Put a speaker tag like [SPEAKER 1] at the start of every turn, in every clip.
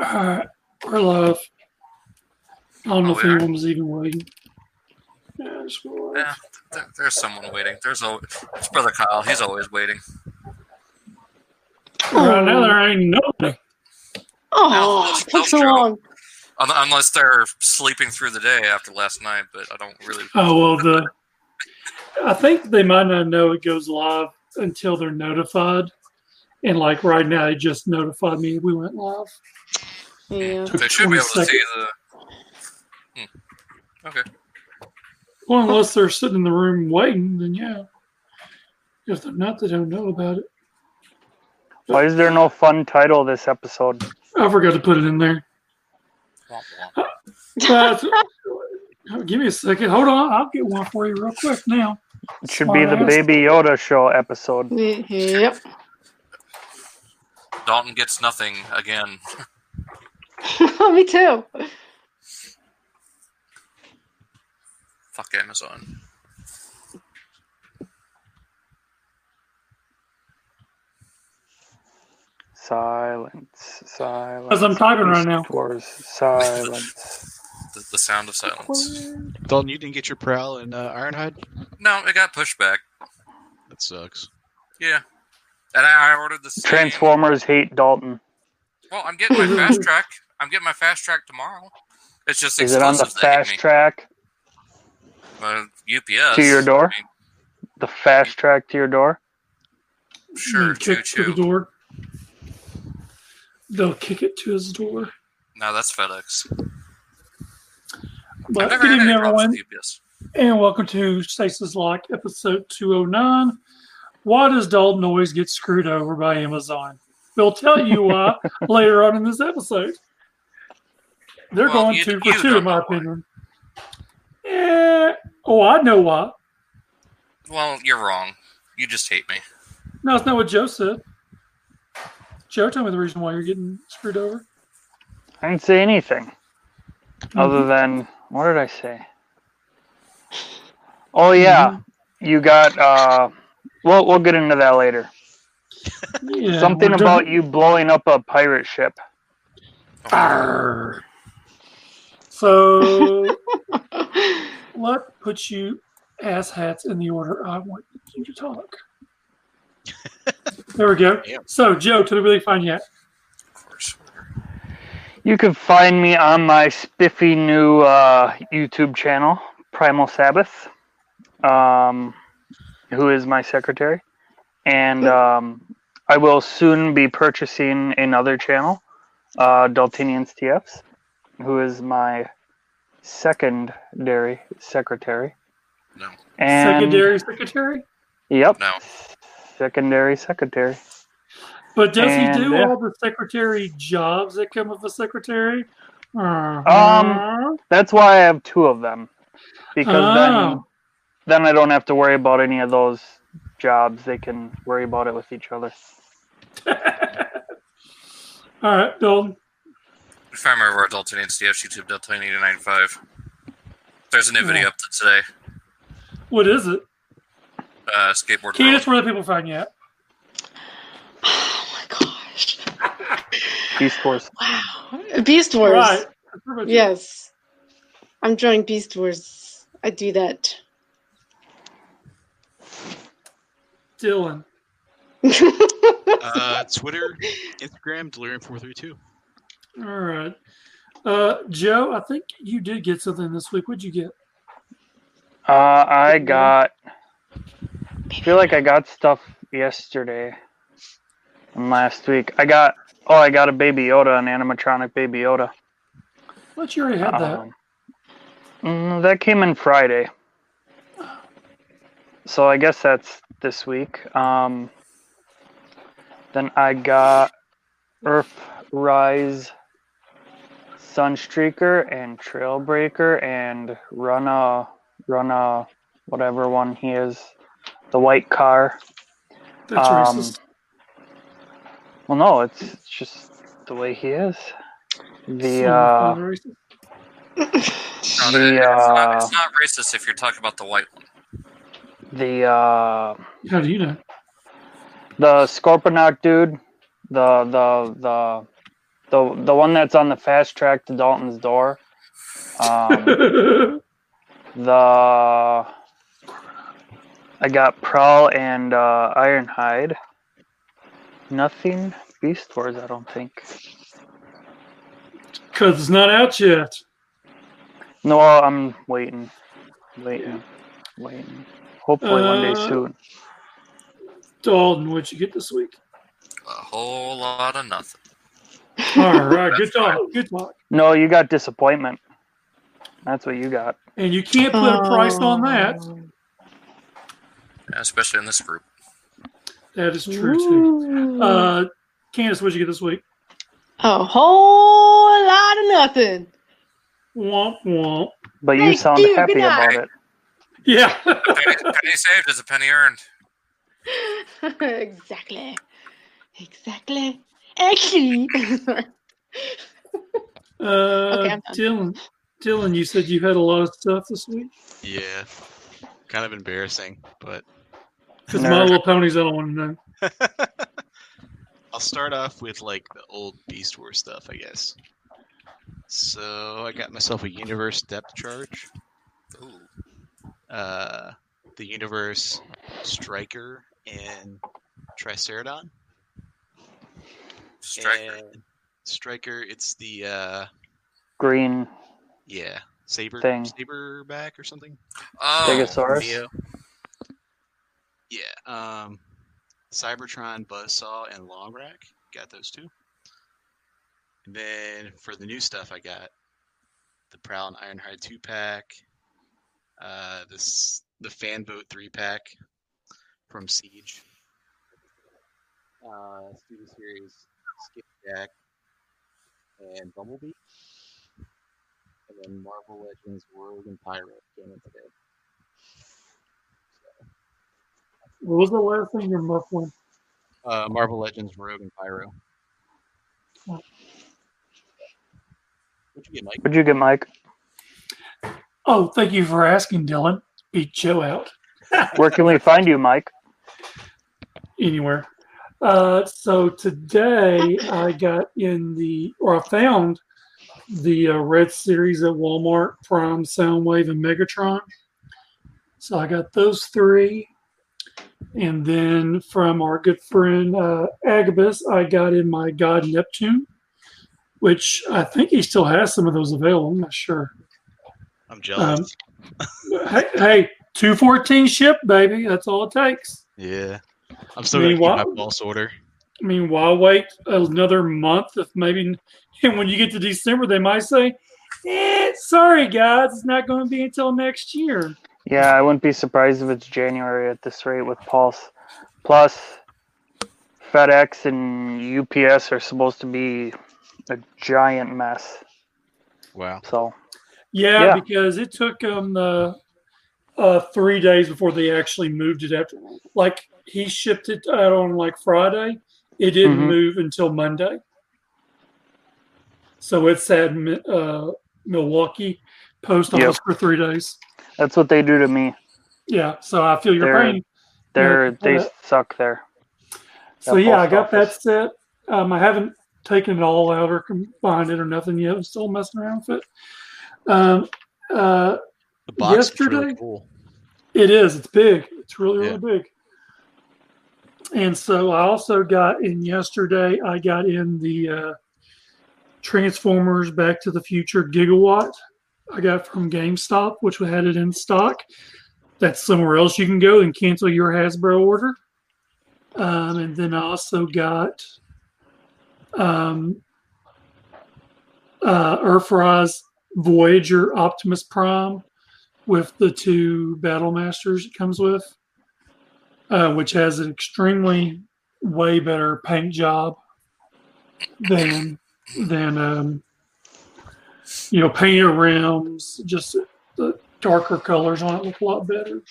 [SPEAKER 1] Alright, we're live. I don't know if
[SPEAKER 2] Oh, we are?
[SPEAKER 1] anyone was even waiting. Yeah, it's cool.
[SPEAKER 2] Yeah, there, there's someone waiting. There's always it's brother Kyle. He's always waiting. Oh.
[SPEAKER 1] Right now there ain't nobody.
[SPEAKER 2] No,
[SPEAKER 3] Oh,
[SPEAKER 2] it's
[SPEAKER 3] it took so
[SPEAKER 2] Velcro.
[SPEAKER 3] long.
[SPEAKER 2] Un- Unless they're sleeping through the day after last night, but I don't really.
[SPEAKER 1] Oh well the I think they might not know it goes live until they're notified. And like right now they just notified me we went live.
[SPEAKER 3] Yeah.
[SPEAKER 1] Took
[SPEAKER 2] They should
[SPEAKER 1] 20
[SPEAKER 2] be able to
[SPEAKER 1] seconds.
[SPEAKER 2] see the. Hmm. Okay.
[SPEAKER 1] Well unless they're sitting in the room waiting, then yeah. If they're not, they don't know about it.
[SPEAKER 4] Why is there no fun title this episode?
[SPEAKER 1] I forgot to put it in there.
[SPEAKER 2] Womp womp.
[SPEAKER 1] But- give me a second. Hold on, I'll get one for you real quick now.
[SPEAKER 4] It should be the
[SPEAKER 1] Smart ass.
[SPEAKER 4] Baby Yoda show episode.
[SPEAKER 3] yep.
[SPEAKER 2] Dalton gets nothing again.
[SPEAKER 3] Me too.
[SPEAKER 2] Fuck Amazon.
[SPEAKER 4] Silence, silence.
[SPEAKER 1] As I'm typing right now.
[SPEAKER 4] Doors, silence.
[SPEAKER 2] The, the sound of silence.
[SPEAKER 5] Dalton, you didn't get your prowl in uh, Ironhide?
[SPEAKER 2] No, it got pushed back.
[SPEAKER 5] That sucks.
[SPEAKER 2] Yeah. And I, I ordered the same-
[SPEAKER 4] Transformers hate Dalton.
[SPEAKER 2] Well, I'm getting my fast track. I'm getting my fast track tomorrow. It's just
[SPEAKER 4] Is it on the
[SPEAKER 2] exclusive to Acme.
[SPEAKER 4] fast track?
[SPEAKER 2] Uh, UPS
[SPEAKER 4] To your door?
[SPEAKER 2] I mean,
[SPEAKER 4] The fast track to your door?
[SPEAKER 2] sure, choo
[SPEAKER 1] kick Mm, to the
[SPEAKER 2] choo.
[SPEAKER 1] door. They'll kick it to his door.
[SPEAKER 2] No, that's FedEx.
[SPEAKER 1] But
[SPEAKER 2] I've never
[SPEAKER 1] good
[SPEAKER 2] had
[SPEAKER 1] evening,
[SPEAKER 2] any problems
[SPEAKER 1] everyone,
[SPEAKER 2] with UPS.
[SPEAKER 1] and welcome to Stasis Lock, episode 209. Why does Dalton always get screwed over by Amazon? They'll tell you why later on in this episode. They're
[SPEAKER 2] Well,
[SPEAKER 1] going
[SPEAKER 2] you-
[SPEAKER 1] two
[SPEAKER 2] you
[SPEAKER 1] for two,
[SPEAKER 2] don't
[SPEAKER 1] in my
[SPEAKER 2] know why.
[SPEAKER 1] opinion. Eh, oh, I know why.
[SPEAKER 2] Well, you're wrong. You just hate me.
[SPEAKER 1] No, it's not what Joe said. Joe, tell me the reason why you're getting screwed over.
[SPEAKER 4] I didn't say anything
[SPEAKER 1] Mm-hmm.
[SPEAKER 4] other than what did I say? Oh yeah,
[SPEAKER 1] Mm-hmm.
[SPEAKER 4] you got. uh We'll we'll get into that later.
[SPEAKER 1] Yeah,
[SPEAKER 4] Something
[SPEAKER 1] we're doing-
[SPEAKER 4] about you blowing up a pirate ship.
[SPEAKER 1] Arr. So
[SPEAKER 3] Oh,
[SPEAKER 1] let put you ass hats in the order I want you to talk. There we go.
[SPEAKER 5] Damn.
[SPEAKER 1] So Joe, to the really fine yet.
[SPEAKER 2] Of course.
[SPEAKER 4] You can find me on my spiffy new uh, YouTube channel, Primal Sabbath, um, who is my secretary. And um, I will soon be purchasing another channel, uh, Daltinians TFs, who is my secondary secretary.
[SPEAKER 2] No.
[SPEAKER 4] And,
[SPEAKER 1] Secondary secretary.
[SPEAKER 4] Yep.
[SPEAKER 2] No.
[SPEAKER 4] Secondary secretary.
[SPEAKER 1] But does
[SPEAKER 4] And,
[SPEAKER 1] he do
[SPEAKER 4] yeah.
[SPEAKER 1] all the secretary jobs that come with a secretary? Uh-huh.
[SPEAKER 4] Um, That's why I have two of them, because
[SPEAKER 1] Oh.
[SPEAKER 4] then then I don't have to worry about any of those jobs. They can worry about it with each other.
[SPEAKER 1] all right, Dalton.
[SPEAKER 2] If I remember, our Dalton and DF YouTube Dalton 895. There's a new video up to today.
[SPEAKER 1] What is it?
[SPEAKER 2] Uh, skateboard.
[SPEAKER 1] Candace,
[SPEAKER 2] World.
[SPEAKER 1] where do people find you at?
[SPEAKER 3] Oh my gosh.
[SPEAKER 4] Beast Wars.
[SPEAKER 3] Wow. Beast Wars.
[SPEAKER 1] Right. That's where about you.
[SPEAKER 3] Yes. I'm drawing Beast Wars. I do that.
[SPEAKER 1] Dylan.
[SPEAKER 5] Uh, Twitter, Instagram, Delirium432.
[SPEAKER 1] All right. Uh, Joe, I think you did get something this week. What'd you get?
[SPEAKER 4] Uh, I got. I feel like I got stuff yesterday and last week. I got. Oh, I got a Baby Yoda, an animatronic Baby Yoda.
[SPEAKER 1] What you already had that.
[SPEAKER 4] Um, mm, that came in Friday. So I guess that's this week. Um, then I got Earthrise Sunstreaker and Trailbreaker and Runa Runa whatever one he is. The white car.
[SPEAKER 1] That's
[SPEAKER 4] um,
[SPEAKER 1] racist.
[SPEAKER 4] Well no, it's, it's just the way he is. The
[SPEAKER 1] Son
[SPEAKER 4] uh,
[SPEAKER 1] of a racist.
[SPEAKER 2] No,
[SPEAKER 4] the,
[SPEAKER 2] it- it's, not,
[SPEAKER 4] uh,
[SPEAKER 2] it's not racist if you're talking about the white one.
[SPEAKER 4] the uh
[SPEAKER 1] How do you know?
[SPEAKER 4] the Scorponok dude, the the the the the one that's on the fast track to Dalton's door. Um, the I got Prowl and uh, Ironhide. Nothing Beast Wars, I don't think.
[SPEAKER 1] Because it's not out yet.
[SPEAKER 4] No, I'm waiting, waiting, waiting. Hopefully one day
[SPEAKER 1] Uh,
[SPEAKER 4] soon.
[SPEAKER 1] Dalton, what'd you get this week?
[SPEAKER 2] A whole lot of nothing.
[SPEAKER 1] All right, good talk. Good talk.
[SPEAKER 4] No, you got disappointment. That's what you got.
[SPEAKER 1] And you can't put a price on that.
[SPEAKER 2] Especially in this group.
[SPEAKER 1] That is true too.
[SPEAKER 3] Ooh.
[SPEAKER 1] Uh, Candace, what'd you get this week?
[SPEAKER 3] a whole lot of nothing.
[SPEAKER 1] Womp womp.
[SPEAKER 4] But you
[SPEAKER 3] Thank
[SPEAKER 4] sound
[SPEAKER 3] you,
[SPEAKER 4] happy
[SPEAKER 3] good
[SPEAKER 4] about
[SPEAKER 2] night.
[SPEAKER 4] it.
[SPEAKER 1] Yeah. Uh,
[SPEAKER 2] penny, penny saved is a penny earned.
[SPEAKER 3] exactly. Exactly. Actually, sorry.
[SPEAKER 1] Uh,
[SPEAKER 3] I'm
[SPEAKER 1] Dylan, Dylan, you said you had a lot of stuff this week
[SPEAKER 5] Yeah. Kind of embarrassing, but
[SPEAKER 1] because
[SPEAKER 4] Nerd.
[SPEAKER 1] My Little Ponies. I don't want to know.
[SPEAKER 5] I'll start off with like the old Beast Wars stuff, I guess. So I got myself a universe depth charge.
[SPEAKER 2] Ooh.
[SPEAKER 5] uh, the universe striker and triceradon
[SPEAKER 2] Striker.
[SPEAKER 5] and striker it's the uh
[SPEAKER 4] Green
[SPEAKER 5] yeah saber
[SPEAKER 4] Thing.
[SPEAKER 5] saber back or something
[SPEAKER 2] oh,
[SPEAKER 4] Stegosaurus.
[SPEAKER 5] Neo. yeah um cybertron buzzsaw and long rack got those two and then for the new stuff i got the prowl and ironhide two pack uh this the fan vote three pack from siege uh student series skipjack and bumblebee and then marvel legends rogue and pyro came in today
[SPEAKER 1] What was the last thing you're muffling?
[SPEAKER 5] uh, Marvel Legends Rogue and Pyro.
[SPEAKER 1] Oh.
[SPEAKER 5] What'd you get, Mike?
[SPEAKER 4] What'd you get, Mike?
[SPEAKER 1] Oh, thank you for asking, Dylan. Beat Joe out
[SPEAKER 4] Where can we find you, Mike?
[SPEAKER 1] anywhere. Uh, so today I got in the or I found the uh, Red Series at Walmart, Prime, Soundwave, and Megatron. So I got those three. And then from our good friend uh, Agabus, I got in my God Neptune, which I think he still has some of those available. I'm not sure.
[SPEAKER 5] I'm jealous.
[SPEAKER 1] Um, hey, hey, 214 ship, baby. That's all it takes.
[SPEAKER 5] yeah. I'm still going to
[SPEAKER 1] Meanwhile-
[SPEAKER 5] my false order.
[SPEAKER 1] I mean, why wait another month if maybe and when you get to December they might say, eh, sorry guys, it's not going to be until next year.
[SPEAKER 4] Yeah, I wouldn't be surprised if it's January at this rate with Pulse. Plus, FedEx and UPS are supposed to be a giant mess.
[SPEAKER 5] Wow.
[SPEAKER 4] So,
[SPEAKER 1] Yeah,
[SPEAKER 4] Yeah.
[SPEAKER 1] because it took them the uh, three days before they actually moved it after. Like he shipped it out on like Friday, it didn't
[SPEAKER 4] Mhm.
[SPEAKER 1] move until Monday. So it's at Mi- uh, Milwaukee post
[SPEAKER 4] Yep.
[SPEAKER 1] office for three days.
[SPEAKER 4] that's what they do to me.
[SPEAKER 1] Yeah, so I feel your
[SPEAKER 4] They're-
[SPEAKER 1] pain.
[SPEAKER 4] They're
[SPEAKER 1] Yeah,
[SPEAKER 4] they
[SPEAKER 1] yeah.
[SPEAKER 4] suck there.
[SPEAKER 1] So
[SPEAKER 4] That
[SPEAKER 1] yeah, I
[SPEAKER 4] post
[SPEAKER 1] got that
[SPEAKER 4] office.
[SPEAKER 1] set. Um, I haven't taken it all out or combined it or nothing yet. I'm still messing around with it. Um, uh,
[SPEAKER 5] The box is really
[SPEAKER 1] Yesterday-
[SPEAKER 5] cool.
[SPEAKER 1] it is. It's big. It's really
[SPEAKER 5] Yeah.
[SPEAKER 1] really big. And so I also got in yesterday. I got in the uh, Transformers Back to the Future Gigawatt. I got from GameStop, which had it in stock. That's somewhere else you can go and cancel your Hasbro order. Um, and then I also got um, uh, Earthrise Voyager Optimus Prime with the two Battle Masters it comes with, uh, which has an extremely way better paint job than than um, you know painted rims. Just the darker colors on it look a lot better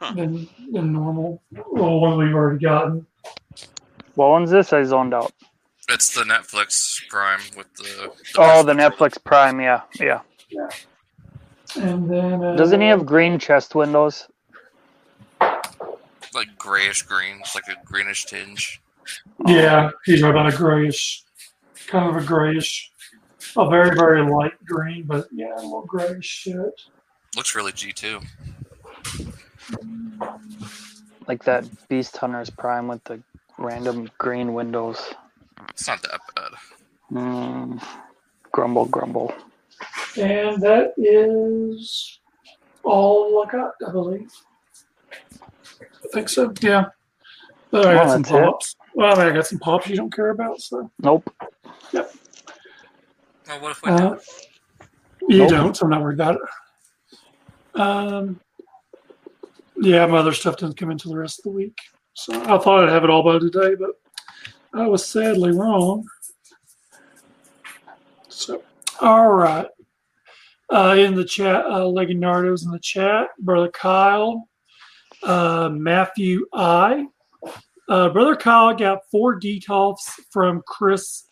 [SPEAKER 5] Huh.
[SPEAKER 1] than than normal. Well, one we've already gotten.
[SPEAKER 4] What one's this? I zoned out.
[SPEAKER 2] it's the Netflix Prime with the.
[SPEAKER 4] Oh, the Netflix Prime. Yeah, yeah.
[SPEAKER 1] And then uh,
[SPEAKER 4] Doesn't he have green chest windows?
[SPEAKER 2] Like grayish green, it's like a greenish tinge.
[SPEAKER 1] Yeah, he's right on a grayish kind of a grayish, a very very light green, but yeah, a little grayish shit.
[SPEAKER 2] Looks really G2.
[SPEAKER 4] Like that Beast Hunter's Prime with the random green windows.
[SPEAKER 2] It's not that bad.
[SPEAKER 4] Mm. Grumble, grumble.
[SPEAKER 1] And that is all I got, I believe. I think so. Yeah. But I
[SPEAKER 4] Well,
[SPEAKER 1] got some
[SPEAKER 4] that's it.
[SPEAKER 1] pops. Well, I, mean, I got some pops you don't care about, so
[SPEAKER 4] Nope.
[SPEAKER 2] Well, what if we
[SPEAKER 1] uh, you
[SPEAKER 4] Nope.
[SPEAKER 1] don't, so I'm not worried about it. Um, yeah, my other stuff doesn't come into the rest of the week, so I thought I'd have it all by today, but I was sadly wrong. So, all right. Uh, in the chat, uh, Legonardo's in the chat. Brother Kyle, uh, Matthew I. Uh, Brother Kyle got four detolfs from Chris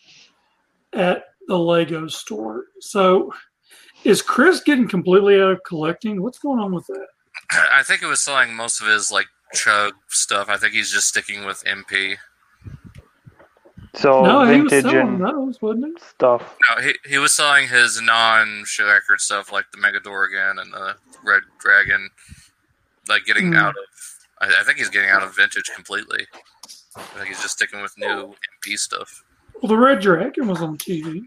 [SPEAKER 1] at the Lego store. So is Chris getting completely out of collecting? What's going on with that?
[SPEAKER 2] I think it was selling most of his like chug stuff. I think he's just sticking with MP.
[SPEAKER 4] So
[SPEAKER 1] no, he was
[SPEAKER 4] Oh, vintage
[SPEAKER 1] selling
[SPEAKER 4] and
[SPEAKER 1] those, wasn't
[SPEAKER 4] stuff.
[SPEAKER 2] No, he, he was selling his non record stuff like the Megadorgon and the Red Dragon. Like getting
[SPEAKER 4] Hmm.
[SPEAKER 2] out of, I, I think he's getting out of vintage completely. I think he's just sticking with new MP stuff.
[SPEAKER 1] he? Well, the Red Dragon was on TV.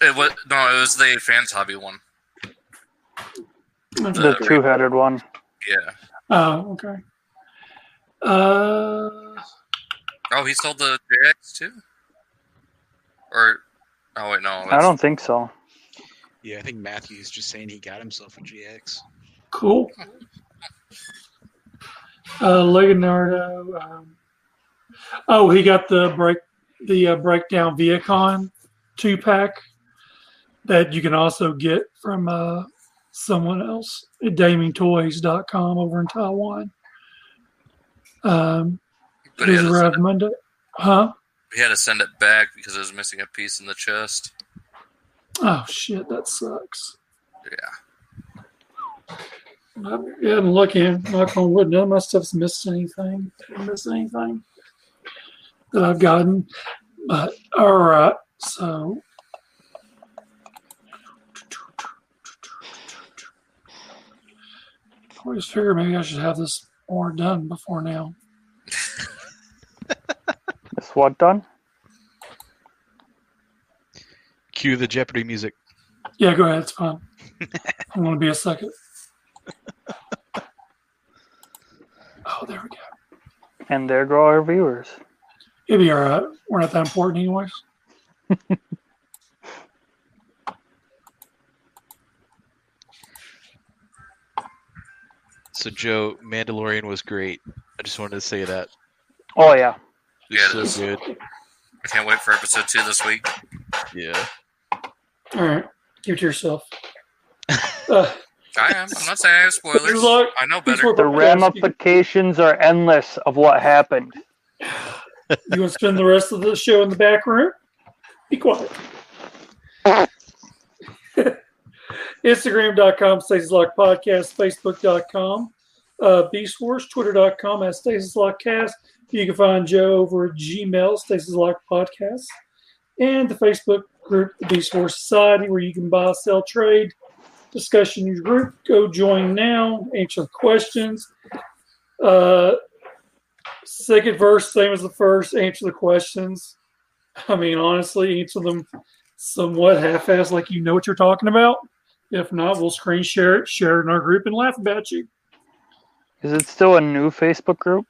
[SPEAKER 2] It was no, it was the fans hobby one.
[SPEAKER 4] The Uh, two headed one.
[SPEAKER 2] Yeah.
[SPEAKER 1] Oh, okay. Uh,
[SPEAKER 2] Oh, he sold the JX too. Or oh wait, no.
[SPEAKER 4] I don't think so.
[SPEAKER 5] Yeah, I think Matthew's just saying he got himself a GX.
[SPEAKER 1] cool. Uh, Leonardo. Um, oh, he got the break the uh, breakdown Viacon two pack that you can also get from uh, someone else at DamingToys.com over in Taiwan. Um,
[SPEAKER 2] But
[SPEAKER 1] it
[SPEAKER 2] he
[SPEAKER 1] was
[SPEAKER 2] had, to send
[SPEAKER 1] arrived
[SPEAKER 2] it,
[SPEAKER 1] Monday. Huh?
[SPEAKER 2] he had to send it back because it was missing a piece in the chest.
[SPEAKER 1] Oh shit, that sucks.
[SPEAKER 2] Yeah.
[SPEAKER 1] I'm getting lucky. Knock on wood. None of my stuff's missed anything. Missed anything that I've gotten. But all right, so. I always figure maybe I should have this more done before now.
[SPEAKER 4] Is what done?
[SPEAKER 5] Cue the Jeopardy music.
[SPEAKER 1] Yeah, go ahead. It's fine. I'm going to be a second. Oh, there we go.
[SPEAKER 4] And there go our viewers.
[SPEAKER 1] It'd be all right. We're not that important, anyways.
[SPEAKER 5] So Joe, Mandalorian was great. I just wanted to say that.
[SPEAKER 4] Oh yeah.
[SPEAKER 2] Yeah,
[SPEAKER 5] It's
[SPEAKER 2] it is.
[SPEAKER 5] so good.
[SPEAKER 2] I can't wait for episode two this week.
[SPEAKER 5] Yeah.
[SPEAKER 1] All right. Keep it to yourself. Uh,
[SPEAKER 2] I am. I'm not saying I have spoilers.
[SPEAKER 1] Look,
[SPEAKER 2] I know
[SPEAKER 1] it's
[SPEAKER 2] better.
[SPEAKER 1] worth
[SPEAKER 4] The
[SPEAKER 1] asking.
[SPEAKER 4] ramifications are endless of what happened.
[SPEAKER 1] You want to spend the rest of the show in the back room? Be quiet. Instagram.com, Stasis Lock Podcast, Facebook.com, uh, Beast Wars, Twitter.com at Stasis Lock Cast. You can find Joe over at Gmail, Stasis Lock Podcast, and the Facebook group, the Beast Wars Society, where you can buy, sell, trade, discussion in your group. Go join now, answer questions. Uh, second verse, same as the first. Answer the questions. I mean, honestly, answer them somewhat half-assed, like you know what you're talking about. If not, we'll screen share it, share it in our group, and laugh about you.
[SPEAKER 4] Is it still a new Facebook group?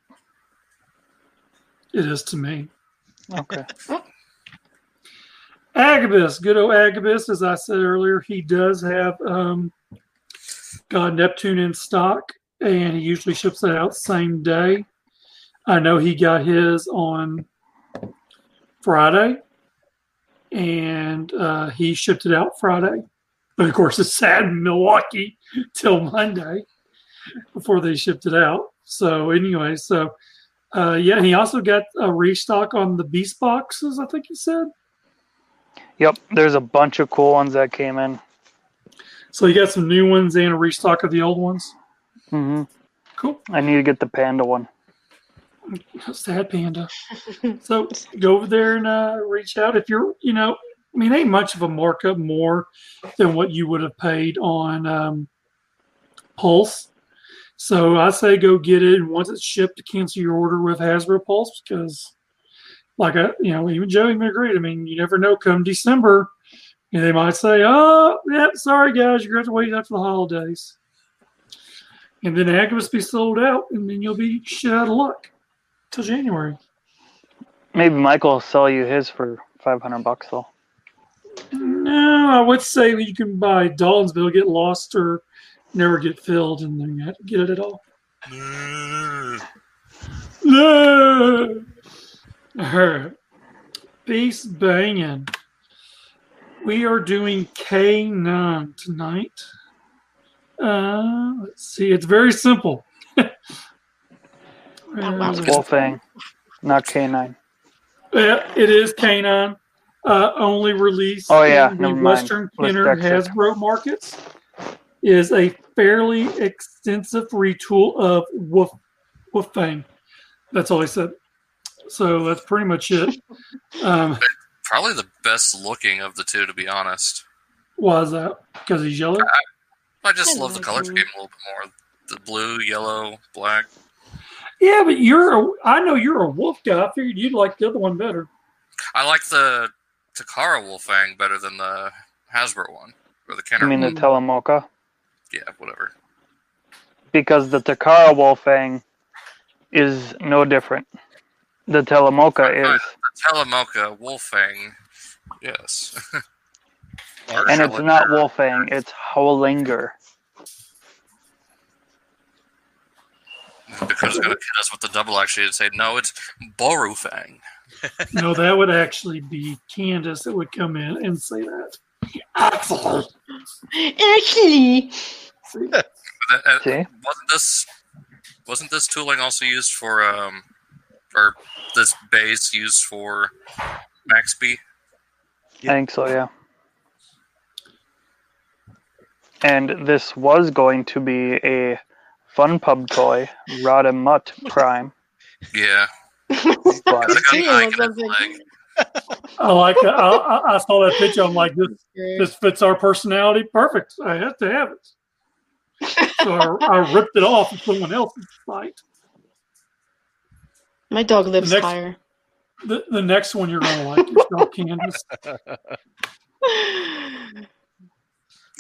[SPEAKER 1] It is to me.
[SPEAKER 4] Okay.
[SPEAKER 1] Agabus, good old Agabus, as I said earlier, he does have um, God Neptune in stock, and he usually ships it out same day. I know he got his on Friday, and uh, he shipped it out Friday. But of course, it's sad in Milwaukee till Monday before they shipped it out. So anyway, so uh, yeah, he also got a restock on the Beast boxes. I think he said.
[SPEAKER 4] Yep. There's a bunch of cool ones that came in.
[SPEAKER 1] So you got some new ones and a restock of the old ones.
[SPEAKER 4] hmm
[SPEAKER 1] Cool.
[SPEAKER 4] I need to get the panda one.
[SPEAKER 1] Sad panda. So go over there and uh, reach out if you're, you know, I mean, ain't much of a markup more than what you would have paid on um, Pulse. So I say go get it. And once it's shipped, cancel your order with Hasbro Pulse because, like, I, you know, even Joe even agreed. I mean, you never know. Come December, you know, they might say, "Oh, yeah, sorry guys, you're going to have to wait after the holidays," and then Agabus be sold out, and then you'll be shit out of luck till January.
[SPEAKER 4] Maybe Michael will sell you his for 500 bucks though.
[SPEAKER 1] No, I would say that you can buy Dawnsville, get lost, or never get filled, and then you have to get it at all. No. Her. Beast banging. We are doing K9 tonight. Uh, let's see. It's very simple. Uh,
[SPEAKER 4] Wolfang, not K9.
[SPEAKER 1] Yeah, it is canine. Uh, only released
[SPEAKER 4] Oh, yeah,
[SPEAKER 1] in the
[SPEAKER 4] never mind.
[SPEAKER 1] Western
[SPEAKER 4] Let's
[SPEAKER 1] Kenner
[SPEAKER 4] Brexit.
[SPEAKER 1] Hasbro markets is a fairly extensive retool of Woof Woof Fang. That's all I said. So that's pretty much it. Um,
[SPEAKER 2] Probably the best looking of the two, to be honest.
[SPEAKER 1] why is that? Because he's yellow.
[SPEAKER 2] I just
[SPEAKER 3] I
[SPEAKER 2] love the
[SPEAKER 3] like
[SPEAKER 2] color
[SPEAKER 3] blue.
[SPEAKER 2] scheme a little bit more. The blue, yellow, black.
[SPEAKER 1] Yeah, but you're. A, I know you're a wolf guy. I figured you'd like the other one better.
[SPEAKER 2] I like the Takara Wolfang better than the Hasbro one. Or the Kenner
[SPEAKER 4] I mean the
[SPEAKER 2] one.
[SPEAKER 4] Telemoka.
[SPEAKER 2] yeah, whatever.
[SPEAKER 4] Because the Takara Wolfang is no different. The Telemoka is.
[SPEAKER 2] Telemoka Wolfang. Yes. Or
[SPEAKER 4] And it's
[SPEAKER 2] Howling-
[SPEAKER 4] not Wolfang, it's Howlinger.
[SPEAKER 2] Because it's going to hit us with the double actually and say, no, it's Borufang.
[SPEAKER 1] No, that would actually be Candace that would come in and say that. Axel.
[SPEAKER 3] Actually,
[SPEAKER 1] See?
[SPEAKER 2] But that- uh,
[SPEAKER 4] See?
[SPEAKER 2] wasn't this wasn't this tooling also used for um or this base used for Maxby?
[SPEAKER 4] I think so, yeah. And this was going to be a Fun Pub toy, Rod and Mutt Prime,
[SPEAKER 2] Yeah.
[SPEAKER 4] but
[SPEAKER 2] It's got
[SPEAKER 3] Damn,
[SPEAKER 2] an eye in its
[SPEAKER 3] something.
[SPEAKER 2] leg.
[SPEAKER 1] I like that. I, I, I saw that picture. I'm like, this this fits our personality perfect. I had to have it. So I, I ripped it off of someone else's site.
[SPEAKER 3] My dog lives
[SPEAKER 1] Next-
[SPEAKER 3] higher.
[SPEAKER 1] The, the next one you're going to like is Doc Candace.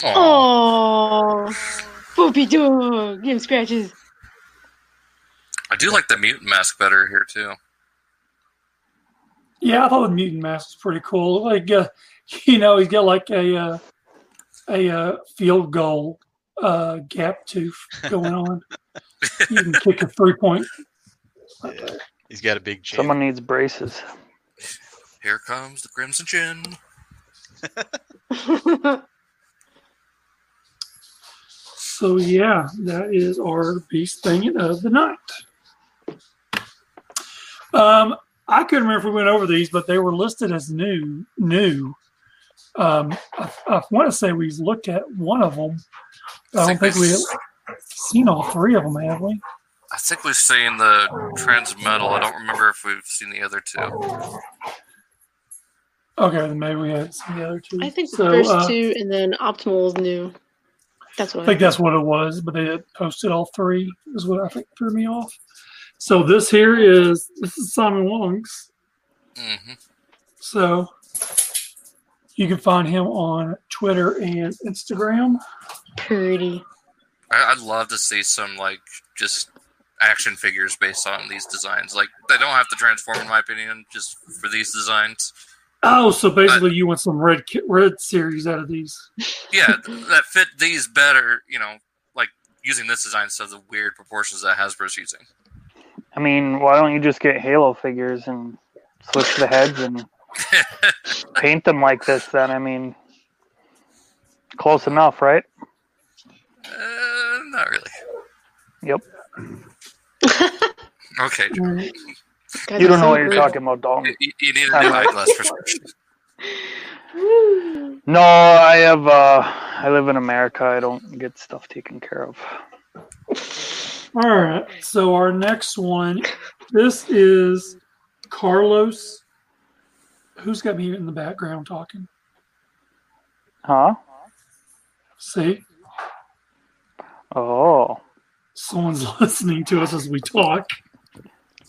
[SPEAKER 2] Aw.
[SPEAKER 3] Oh, poopy dog. Give him scratches.
[SPEAKER 2] I do like the mutant mask better here too.
[SPEAKER 1] Yeah, I thought the mutant mask was pretty cool. Like, uh, you know, he's got like a uh, a uh, field goal uh, gap tooth going on. you can kick a three point.
[SPEAKER 5] Yeah. He's got a big chin.
[SPEAKER 4] someone needs braces.
[SPEAKER 2] Here comes the Crimson Chin.
[SPEAKER 1] So yeah, that is our beast thing of the night. Um, I couldn't remember if we went over these, but they were listed as new. New. Um, I, I want to say we looked at one of them. I don't think we've seen all three of them, have we?
[SPEAKER 2] I think we've seen the Transmetal. I don't remember if we've seen the other two.
[SPEAKER 1] Okay, then maybe we haven't seen the other two.
[SPEAKER 3] I think the
[SPEAKER 1] So,
[SPEAKER 3] first
[SPEAKER 1] uh,
[SPEAKER 3] two and then Optimal is new. That's
[SPEAKER 1] I
[SPEAKER 3] what I
[SPEAKER 1] think that's what it was, but they had posted all three, is what I think threw me off. So this here is this is Simon Wong's.
[SPEAKER 2] hmm
[SPEAKER 1] So you can find him on Twitter and Instagram.
[SPEAKER 3] pretty.
[SPEAKER 2] I- I'd love to see some like just action figures based on these designs. Like they don't have to transform, in my opinion, just for these designs.
[SPEAKER 1] Oh, so basically you want some red ki- red series out of these?
[SPEAKER 2] Yeah, th- that fit these better. You know, like using this design instead of the weird proportions that Hasbro's using.
[SPEAKER 4] I mean, why don't you just get Halo figures and switch the heads and paint them like this then? I mean, close enough, right?
[SPEAKER 2] Uh, not really.
[SPEAKER 4] Yep.
[SPEAKER 2] Okay.
[SPEAKER 3] Guys
[SPEAKER 4] you
[SPEAKER 3] are
[SPEAKER 4] don't know
[SPEAKER 3] so
[SPEAKER 4] what you're
[SPEAKER 3] brutal.
[SPEAKER 4] talking about, Dalton.
[SPEAKER 2] You, you- you need a
[SPEAKER 4] I'm
[SPEAKER 2] new
[SPEAKER 4] out.
[SPEAKER 2] eyeglass prescription.
[SPEAKER 3] Woo.
[SPEAKER 4] No, I have, uh, I live in America. I don't get stuff taken care of.
[SPEAKER 1] All right. So our next one, this is Carlos. Who's got me in the background talking?
[SPEAKER 4] Huh?
[SPEAKER 1] See,
[SPEAKER 4] Oh.
[SPEAKER 1] someone's listening to us as we talk.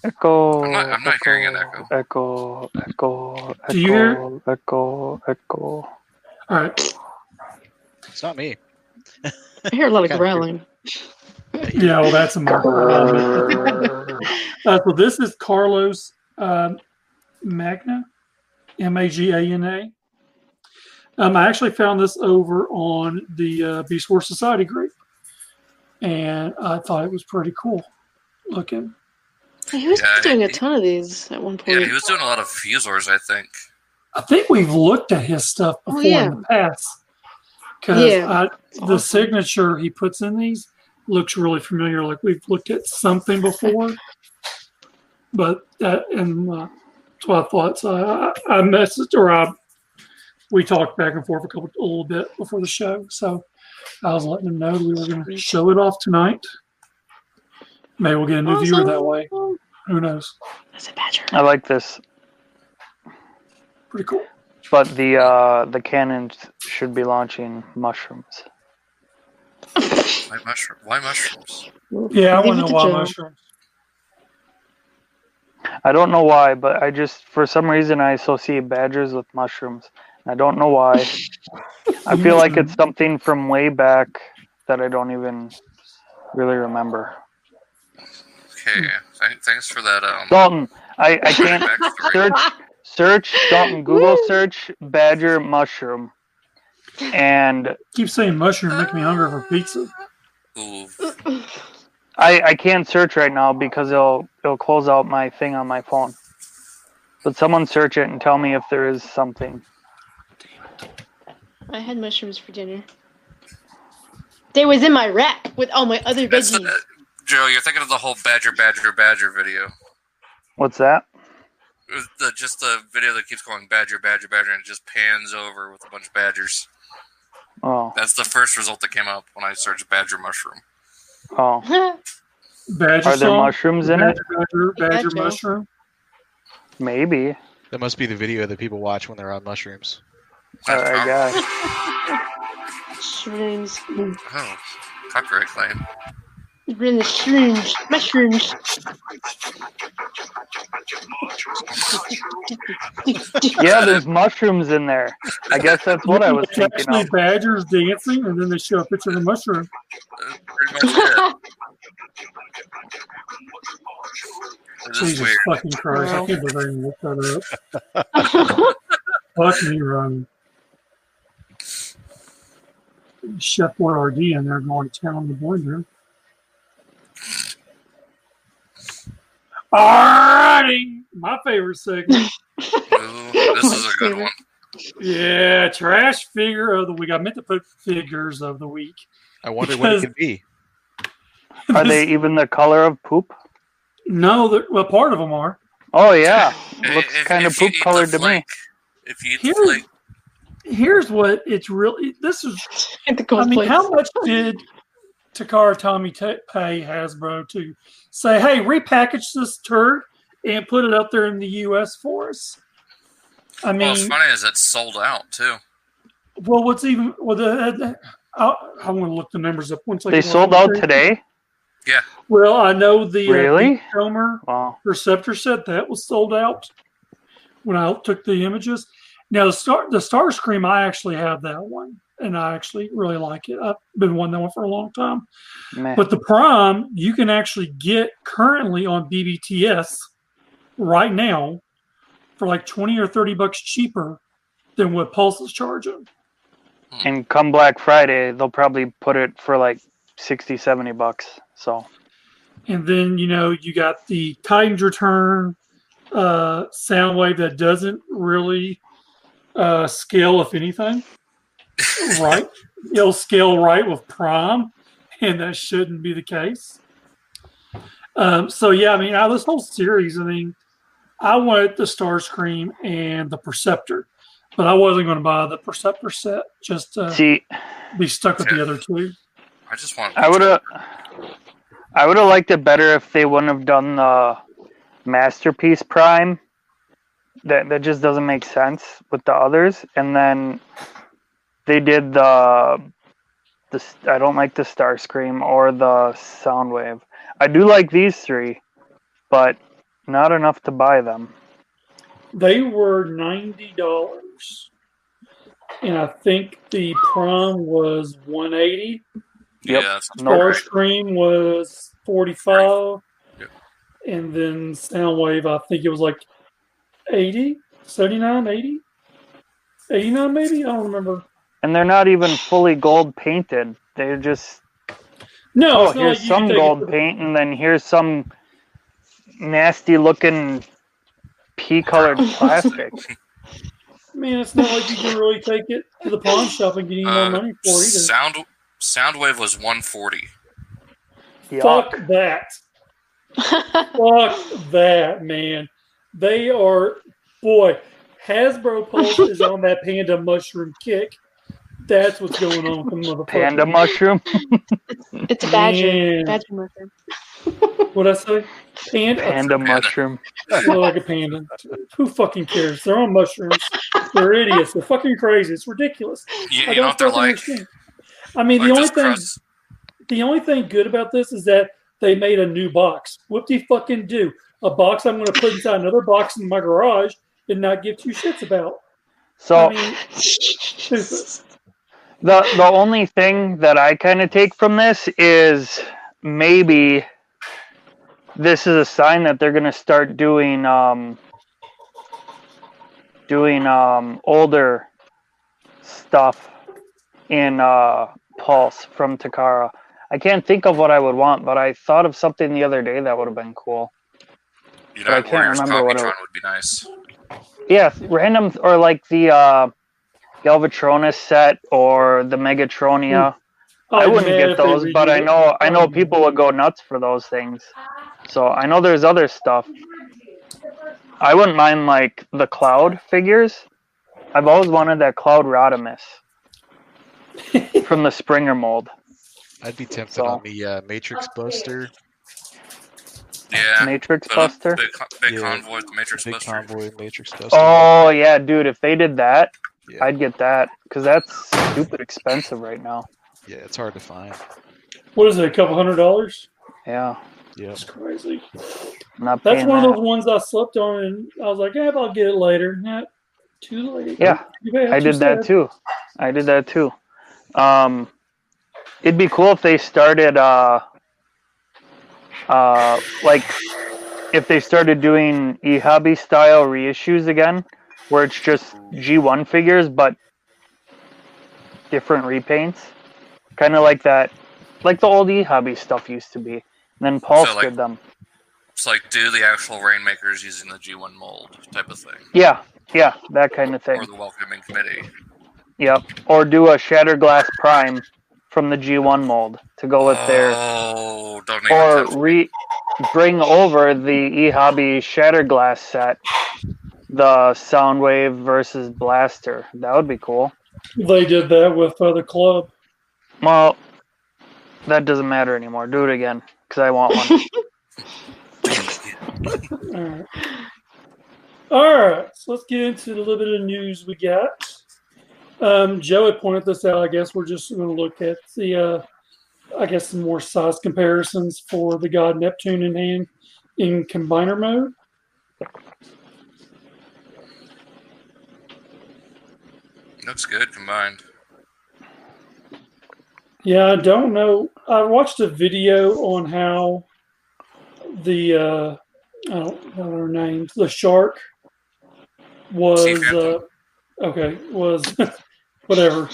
[SPEAKER 4] Echo.
[SPEAKER 2] I'm not- I'm not hearing an
[SPEAKER 4] Echo, echo, echo,
[SPEAKER 1] Do you hear
[SPEAKER 4] echo, echo, echo.
[SPEAKER 1] All right.
[SPEAKER 5] It's not me.
[SPEAKER 3] I hear a lot of
[SPEAKER 5] Gotcha.
[SPEAKER 3] growling.
[SPEAKER 1] Yeah. Well, that's a marker. Uh, so this is Carlos um, Magna, M A G A N A. Um, I actually found this over on the uh, Beast War Society group, and I thought it was pretty cool looking.
[SPEAKER 3] He was
[SPEAKER 2] Yeah,
[SPEAKER 3] doing a
[SPEAKER 2] he-
[SPEAKER 3] ton of these at one point.
[SPEAKER 2] Yeah, he was doing a lot of fusors, I think.
[SPEAKER 1] I think we've looked at his stuff
[SPEAKER 3] Oh,
[SPEAKER 1] before
[SPEAKER 3] yeah.
[SPEAKER 1] in the past because
[SPEAKER 3] Yeah.
[SPEAKER 1] the signature he puts in these looks really familiar. Like we've looked at something before, but that and uh, that's what I thought. So I, I I messaged or I we talked back and forth a couple a little bit before the show. So I was letting him know we were going to show it off tonight. Maybe we'll get a new viewer that way. Who knows?
[SPEAKER 3] That's a badger.
[SPEAKER 4] I like this,
[SPEAKER 1] Pretty cool.
[SPEAKER 4] but the uh, the cannons should be launching mushrooms.
[SPEAKER 2] Why, mushroom, why mushrooms?
[SPEAKER 1] Yeah, I
[SPEAKER 3] Leave
[SPEAKER 1] want
[SPEAKER 3] it
[SPEAKER 1] to know
[SPEAKER 3] to
[SPEAKER 1] why
[SPEAKER 3] Joe.
[SPEAKER 1] mushrooms.
[SPEAKER 4] I don't know why, but I just for some reason I associate badgers with mushrooms. I don't know why. I feel like it's something from way back that I don't even really remember.
[SPEAKER 2] Okay, th- thanks for that. Um,
[SPEAKER 4] Dalton, Hmm. I, I can't
[SPEAKER 2] backstory.
[SPEAKER 4] search search Dalton Google
[SPEAKER 3] Woo.
[SPEAKER 4] search badger mushroom, and
[SPEAKER 1] Keep saying mushroom, make me hungry for
[SPEAKER 2] Ah.
[SPEAKER 1] pizza.
[SPEAKER 2] Uh, Ooh,
[SPEAKER 4] I I can't search right now because it'll it'll close out my thing on my phone. But someone search it and tell me if there is something.
[SPEAKER 3] I had mushrooms for dinner. They was in my rack with all my other
[SPEAKER 2] that's
[SPEAKER 3] veggies.
[SPEAKER 2] the, Joe. You're thinking of the whole badger, badger, badger video.
[SPEAKER 4] What's that?
[SPEAKER 2] The, just the video that keeps going badger, badger, badger, and it just pans over with a bunch of badgers.
[SPEAKER 4] Oh
[SPEAKER 2] That's the first result that came up when I searched badger mushroom.
[SPEAKER 4] oh.
[SPEAKER 1] Badger
[SPEAKER 4] Are there
[SPEAKER 1] song?
[SPEAKER 4] mushrooms in it?
[SPEAKER 1] badger, badger, badger
[SPEAKER 3] Badger.
[SPEAKER 1] mushroom.
[SPEAKER 4] Maybe.
[SPEAKER 5] That must be the video that people watch when they're on mushrooms.
[SPEAKER 4] All right, guys.
[SPEAKER 3] Shrooms.
[SPEAKER 2] Oh, copyright claim.
[SPEAKER 3] Bring the shrooms. Mushrooms.
[SPEAKER 4] Yeah, there's mushrooms in there. I guess that's what I was
[SPEAKER 1] It's
[SPEAKER 4] thinking
[SPEAKER 1] actually
[SPEAKER 4] of.
[SPEAKER 1] badgers dancing, and then they show a picture of a mushroom.
[SPEAKER 2] That's pretty much it. It is
[SPEAKER 1] Jesus
[SPEAKER 2] weird.
[SPEAKER 1] fucking Christ! I
[SPEAKER 3] Wow.
[SPEAKER 1] can't believe I even looked that
[SPEAKER 3] All
[SPEAKER 1] up. Fuck me, Ronnie. Chef RD in there going to town on the blender. Alrighty, my favorite segment.
[SPEAKER 2] Ooh, this is a good one.
[SPEAKER 1] Yeah, trash figure of the week. I meant to put figures of the week.
[SPEAKER 5] I wonder what it
[SPEAKER 1] Because-
[SPEAKER 5] could be.
[SPEAKER 4] Are they even the color of poop?
[SPEAKER 1] No, they're- well, part of them are.
[SPEAKER 4] Oh yeah,
[SPEAKER 2] I-
[SPEAKER 4] looks
[SPEAKER 2] if-
[SPEAKER 4] kind of
[SPEAKER 2] if you
[SPEAKER 4] poop
[SPEAKER 2] eat the
[SPEAKER 4] colored to me.
[SPEAKER 2] flake- If you eat the
[SPEAKER 1] Here-
[SPEAKER 2] flake,
[SPEAKER 1] Here's what it's really. This is
[SPEAKER 3] Hit the cold
[SPEAKER 1] I mean,
[SPEAKER 3] place.
[SPEAKER 1] how much did Takara Tommy ta pay Hasbro to say, "Hey, repackage this turd and put it out there in the U.S. for us"? I
[SPEAKER 2] well, what's
[SPEAKER 1] mean,
[SPEAKER 2] funny is it's sold out too.
[SPEAKER 1] well, what's even? Well, the, I, I want to look the numbers up once.
[SPEAKER 4] They sold out today.
[SPEAKER 1] Well, I know the
[SPEAKER 4] Really?
[SPEAKER 1] uh, Homer
[SPEAKER 4] Wow.
[SPEAKER 1] Receptor set that was sold out when I took the images. Now the star the Star Scream, I actually have that one, and I actually really like it. I've been wanting that one for a long time.
[SPEAKER 4] Man.
[SPEAKER 1] But the prime you can actually get currently on BBTS right now for like 20 or 30 bucks cheaper than what Pulse is charging.
[SPEAKER 4] And come Black Friday, they'll probably put it for like 60, 70 bucks. So
[SPEAKER 1] And then, you know, you got the Titans Return uh, sound wave that doesn't really uh, scale, if anything, right? It'll scale right with Prime, and that shouldn't be the case. Um, so, yeah, I mean, out of this whole series, I mean, I wanted the Starscream and the Perceptor, but I wasn't going to buy the Perceptor set just to
[SPEAKER 4] see,
[SPEAKER 1] be stuck with the other two.
[SPEAKER 2] I just want.
[SPEAKER 4] I would have, I would have liked it better if they wouldn't have done the masterpiece prime. That that just doesn't make sense with the others. And then they did the the s- I don't like the Starscream or the Soundwave. I do like these three, but not enough to buy them.
[SPEAKER 1] They were ninety dollars, and I think the prime was one eighty.
[SPEAKER 2] Yeah,
[SPEAKER 4] Yep.
[SPEAKER 2] that's
[SPEAKER 4] No.
[SPEAKER 1] Star
[SPEAKER 2] correct.
[SPEAKER 1] Stream was forty five,
[SPEAKER 2] Yep.
[SPEAKER 1] and then Soundwave I think it was like 80, 79, 80, 89 maybe I don't remember.
[SPEAKER 4] And they're not even fully gold painted. They're just
[SPEAKER 1] No,
[SPEAKER 4] oh
[SPEAKER 1] it's not
[SPEAKER 4] here's
[SPEAKER 1] like you
[SPEAKER 4] some
[SPEAKER 1] take it
[SPEAKER 4] gold
[SPEAKER 1] to-
[SPEAKER 4] paint and then here's some nasty looking pea colored plastic.
[SPEAKER 1] Man, it's not like you can really take it to the pawn shop and get any more
[SPEAKER 2] Uh,
[SPEAKER 1] money for it either.
[SPEAKER 2] Sound Soundwave was 140.
[SPEAKER 4] Yuck.
[SPEAKER 1] Fuck that. Fuck that, man. They are, boy, Hasbro Pulse is on that panda mushroom kick. That's what's going on with the motherfucker.
[SPEAKER 4] Panda mushroom.
[SPEAKER 3] it's a badger.
[SPEAKER 1] Man.
[SPEAKER 3] Badger mushroom.
[SPEAKER 1] What'd I say? Panda.
[SPEAKER 4] Panda mushroom.
[SPEAKER 1] I feel like a panda. Who fucking cares? They're on mushrooms. They're idiots. They're fucking crazy. It's ridiculous. I
[SPEAKER 2] You, you know
[SPEAKER 1] don't
[SPEAKER 2] what they're
[SPEAKER 1] fucking
[SPEAKER 2] like?
[SPEAKER 1] understand. I mean,
[SPEAKER 2] They're
[SPEAKER 1] the only
[SPEAKER 2] just
[SPEAKER 1] thing
[SPEAKER 2] crust.
[SPEAKER 1] the only thing good about this is that they made a new box. Whoop de fucking do. A box I'm going to put inside another box in my garage and not give two shits about.
[SPEAKER 4] So
[SPEAKER 1] I mean,
[SPEAKER 4] The the only thing that I kind of take from this is maybe this is a sign that they're going to start doing um doing um older stuff in uh Pulse from Takara. I can't think of what I would want, but I thought of something the other day that would have been cool.
[SPEAKER 2] You
[SPEAKER 4] but I
[SPEAKER 2] know,
[SPEAKER 4] can't
[SPEAKER 2] Warriors
[SPEAKER 4] remember what it
[SPEAKER 2] Copytron would be nice.
[SPEAKER 4] Yeah, random or like the uh Galvatronus set or the Megatronia. I
[SPEAKER 1] I'd be
[SPEAKER 4] wouldn't
[SPEAKER 1] mad
[SPEAKER 4] get
[SPEAKER 1] Oh, if they
[SPEAKER 4] those, but
[SPEAKER 1] redo
[SPEAKER 4] I
[SPEAKER 1] it.
[SPEAKER 4] know I know people would go nuts for those things. So I know there's other stuff. I wouldn't mind like the cloud figures. I've always wanted that cloud Rodimus from the Springer mold.
[SPEAKER 5] I'd be tempted
[SPEAKER 4] So-
[SPEAKER 5] on the uh, Matrix Buster,
[SPEAKER 2] Yeah.
[SPEAKER 4] Matrix
[SPEAKER 2] The
[SPEAKER 4] Buster.
[SPEAKER 2] Big, con- big
[SPEAKER 5] Yeah.
[SPEAKER 2] convoy, the Matrix
[SPEAKER 5] Big
[SPEAKER 2] Buster.
[SPEAKER 5] Convoy, Matrix Buster.
[SPEAKER 4] Oh yeah, dude, if they did that,
[SPEAKER 5] yeah.
[SPEAKER 4] I'd get that cuz that's stupid expensive right now.
[SPEAKER 5] yeah, it's hard to find.
[SPEAKER 1] What is it, a couple hundred dollars?
[SPEAKER 4] Yeah.
[SPEAKER 5] Yeah,
[SPEAKER 1] That's crazy.
[SPEAKER 4] I'm not
[SPEAKER 1] That's
[SPEAKER 4] paying
[SPEAKER 1] one
[SPEAKER 4] that.
[SPEAKER 1] of those ones I slept on and I was like, yeah, I'll get it later. Yeah, too late.
[SPEAKER 4] Yeah,
[SPEAKER 1] Too bad,
[SPEAKER 4] I
[SPEAKER 1] too
[SPEAKER 4] did that
[SPEAKER 1] sad.
[SPEAKER 4] too. I did that too. Um, it'd be cool if they started, uh, uh, like if they started doing e-hobby style reissues again, where it's just G1 figures but different repaints, kind of like that, like the old e-hobby stuff used to be. And then Paul
[SPEAKER 2] So, like-
[SPEAKER 4] did them.
[SPEAKER 2] It's like do the actual Rainmakers using the G1 mold type of thing,
[SPEAKER 4] Yeah, yeah, that kind of thing.
[SPEAKER 2] or the Welcoming Committee.
[SPEAKER 4] Yep. Or do a Shatterglass Prime from the G1 mold to go with their.
[SPEAKER 2] Oh, don't even
[SPEAKER 4] or
[SPEAKER 2] touch me.
[SPEAKER 4] re bring over the e-hobby shatterglass set the soundwave versus blaster that would be cool
[SPEAKER 1] They did that with uh, the club.
[SPEAKER 4] well that doesn't matter anymore do it again because i want one
[SPEAKER 1] All right. All right. So let's get into the little bit of news we got. Um, Joe had pointed this out. I guess we're just going to look at the, uh, I guess, some more size comparisons for the God Neptune in hand in combiner mode.
[SPEAKER 2] Looks good combined.
[SPEAKER 1] Yeah, I don't know. I watched a video on how the uh, I don't know her name. The shark was
[SPEAKER 2] Sea
[SPEAKER 1] uh,
[SPEAKER 2] Phantom.
[SPEAKER 1] okay. Was whatever.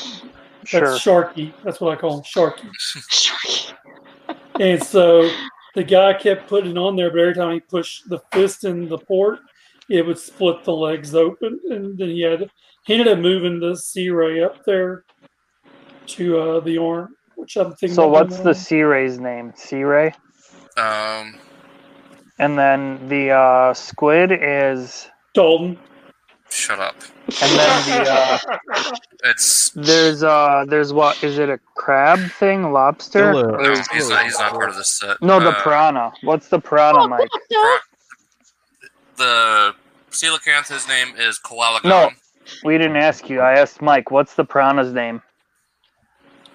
[SPEAKER 4] sure
[SPEAKER 1] That's Sharky. That's what I call him, Sharky. And so the guy kept putting it on there, but every time he pushed the fist in the port, it would split the legs open. And then he had he ended up moving the C ray up there to uh, the arm, which I'm thinking.
[SPEAKER 4] so
[SPEAKER 1] about doing
[SPEAKER 4] what's the
[SPEAKER 1] that.
[SPEAKER 4] sea ray's name sea ray
[SPEAKER 2] Um,
[SPEAKER 4] and then the uh, squid is
[SPEAKER 1] Dalton?
[SPEAKER 2] shut up.
[SPEAKER 4] and then the uh,
[SPEAKER 2] It's
[SPEAKER 4] there's uh there's what is it a crab thing? Lobster?
[SPEAKER 6] Still a-
[SPEAKER 2] No,
[SPEAKER 6] it's
[SPEAKER 2] he's
[SPEAKER 6] still a-
[SPEAKER 2] not. He's not part of this set.
[SPEAKER 4] No, the
[SPEAKER 2] Uh,
[SPEAKER 4] piranha. What's the piranha, Mike?
[SPEAKER 3] no.
[SPEAKER 2] the coelacanth. His name is Koalagon.
[SPEAKER 4] No. We didn't ask you. I asked Mike. What's the piranha's name?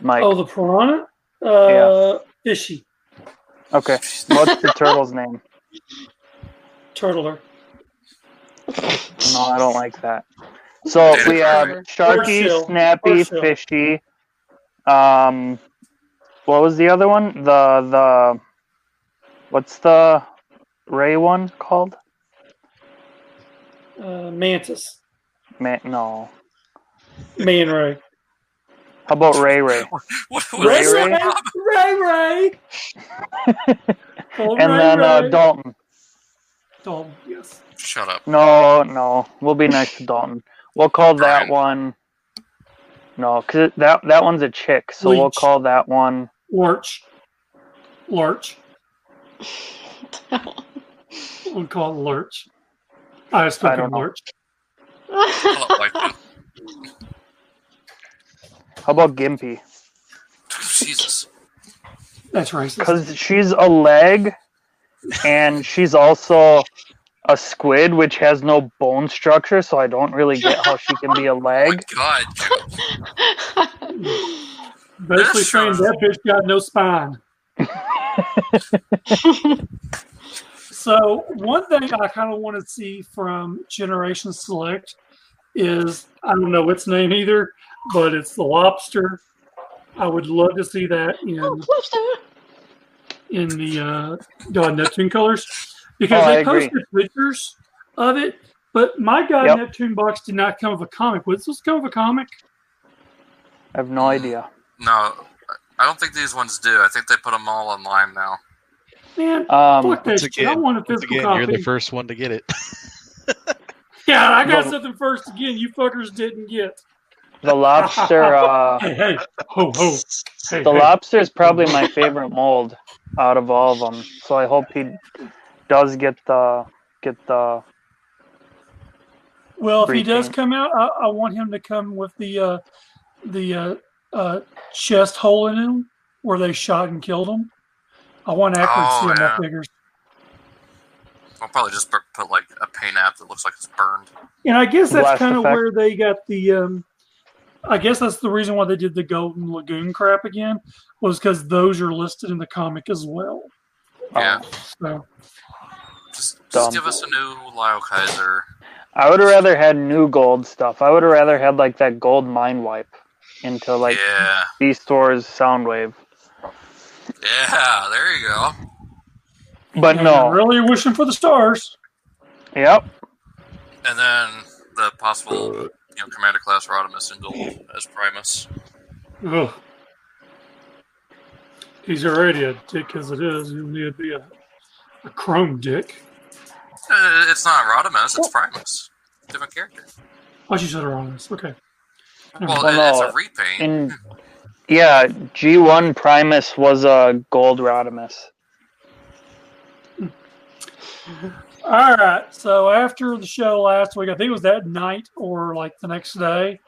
[SPEAKER 4] Mike.
[SPEAKER 1] Oh, the piranha? Uh, Ishi,
[SPEAKER 4] Okay. What's the turtle's name?
[SPEAKER 1] turtler.
[SPEAKER 4] No, I don't like that. So
[SPEAKER 2] Data
[SPEAKER 4] we have
[SPEAKER 1] Or
[SPEAKER 4] Sharky,
[SPEAKER 1] shell.
[SPEAKER 4] Snappy,
[SPEAKER 1] Or shell.
[SPEAKER 4] Fishy. Um, what was the other one? The the what's the Ray one called?
[SPEAKER 1] Uh, mantis.
[SPEAKER 4] Man, no.
[SPEAKER 1] Man Ray.
[SPEAKER 4] How about Ray Ray?
[SPEAKER 2] What was
[SPEAKER 1] Ray
[SPEAKER 2] this?
[SPEAKER 1] Ray. Ray Ray. Call
[SPEAKER 4] And
[SPEAKER 1] Ray
[SPEAKER 4] then uh,
[SPEAKER 1] Ray.
[SPEAKER 4] Dalton.
[SPEAKER 1] Dalton, yes.
[SPEAKER 2] Shut up.
[SPEAKER 4] No, no. We'll be nice to Dalton. We'll call that
[SPEAKER 2] Brian.
[SPEAKER 4] one. No, cause that that one's a chick, so we'll
[SPEAKER 1] Leech.
[SPEAKER 4] call that one.
[SPEAKER 1] Lurch. Lurch. We'll call it Lurch. I was
[SPEAKER 4] I
[SPEAKER 1] thinking
[SPEAKER 4] don't know.
[SPEAKER 1] Lurch.
[SPEAKER 2] Shut up, white dude.
[SPEAKER 4] How about Gimpy?
[SPEAKER 2] Jesus.
[SPEAKER 1] That's racist.
[SPEAKER 4] because she's a leg and she's also a squid which has no bone structure so i don't really get how she can be a
[SPEAKER 2] Oh my
[SPEAKER 4] leg
[SPEAKER 2] God, Joe.
[SPEAKER 1] Basically saying that bitch got no spine. so one thing I kind of want to see from Generation Select is I don't know its name either, but it's the lobster. I would love to see that in
[SPEAKER 3] Oh,
[SPEAKER 1] in the uh, God Neptune colors because
[SPEAKER 4] Oh, I
[SPEAKER 1] they
[SPEAKER 4] agree.
[SPEAKER 1] posted pictures of it. But my God
[SPEAKER 4] Yep.
[SPEAKER 1] Neptune box did not come with a comic. Was this come with a comic?
[SPEAKER 4] i have no idea
[SPEAKER 2] No, I don't think these ones do. I think they put them all online now.
[SPEAKER 1] Man,
[SPEAKER 4] um
[SPEAKER 1] fuck that
[SPEAKER 6] once
[SPEAKER 1] shit. I
[SPEAKER 6] again-
[SPEAKER 1] want a
[SPEAKER 6] Once
[SPEAKER 1] physical
[SPEAKER 6] again,
[SPEAKER 1] copy.
[SPEAKER 6] you're the first one to get it.
[SPEAKER 1] yeah, I got
[SPEAKER 4] No.
[SPEAKER 1] something first again. You fuckers didn't get.
[SPEAKER 4] the lobster uh
[SPEAKER 1] Hey, hey, ho, ho. Oh, Hey,
[SPEAKER 4] the
[SPEAKER 1] hey.
[SPEAKER 4] lobster is probably my favorite mold out of all of them so i hope he does get the get the
[SPEAKER 1] Well, if he does
[SPEAKER 4] Repaint.
[SPEAKER 1] come out, I, I want him to come with the uh, the uh, uh, chest hole in him where they shot and killed him. I want accuracy
[SPEAKER 2] Oh,
[SPEAKER 1] in
[SPEAKER 6] Ah,
[SPEAKER 1] my
[SPEAKER 2] yeah.
[SPEAKER 1] figures.
[SPEAKER 2] I'll probably just put, put like a paint app that looks like it's burned.
[SPEAKER 1] And I guess that's
[SPEAKER 4] Blast
[SPEAKER 1] kind of
[SPEAKER 4] effect.
[SPEAKER 1] where they got the. Um, I guess that's the reason why they did the Golden Lagoon crap again, was because those are listed in the comic as well.
[SPEAKER 2] Yeah.
[SPEAKER 1] Oh, So
[SPEAKER 2] Just,
[SPEAKER 4] Dumb.
[SPEAKER 2] just give us a new Lyle Kaiser.
[SPEAKER 4] i would have rather had new gold stuff i would have rather had like that gold mind wipe into like
[SPEAKER 2] yeah,
[SPEAKER 4] beast stores soundwave
[SPEAKER 2] yeah. There you go.
[SPEAKER 4] but
[SPEAKER 1] and
[SPEAKER 4] no
[SPEAKER 1] I'm really wishing for the stars.
[SPEAKER 4] yep
[SPEAKER 2] And then the possible, you know, Commander class Rodimus in gold as Primus.
[SPEAKER 1] Ugh. He's already a dick as it is. He'll need to be a, a chrome dick.
[SPEAKER 2] Uh, It's not Rodimus. It's Primus. Different character.
[SPEAKER 1] Oh, she said it wrong. Okay. Never
[SPEAKER 2] Well,
[SPEAKER 1] mind.
[SPEAKER 2] it- it's
[SPEAKER 4] no,
[SPEAKER 2] a repaint.
[SPEAKER 4] And yeah, G one Primus was a gold Rodimus.
[SPEAKER 1] All right. So after the show last week, I think it was that night or like the next day,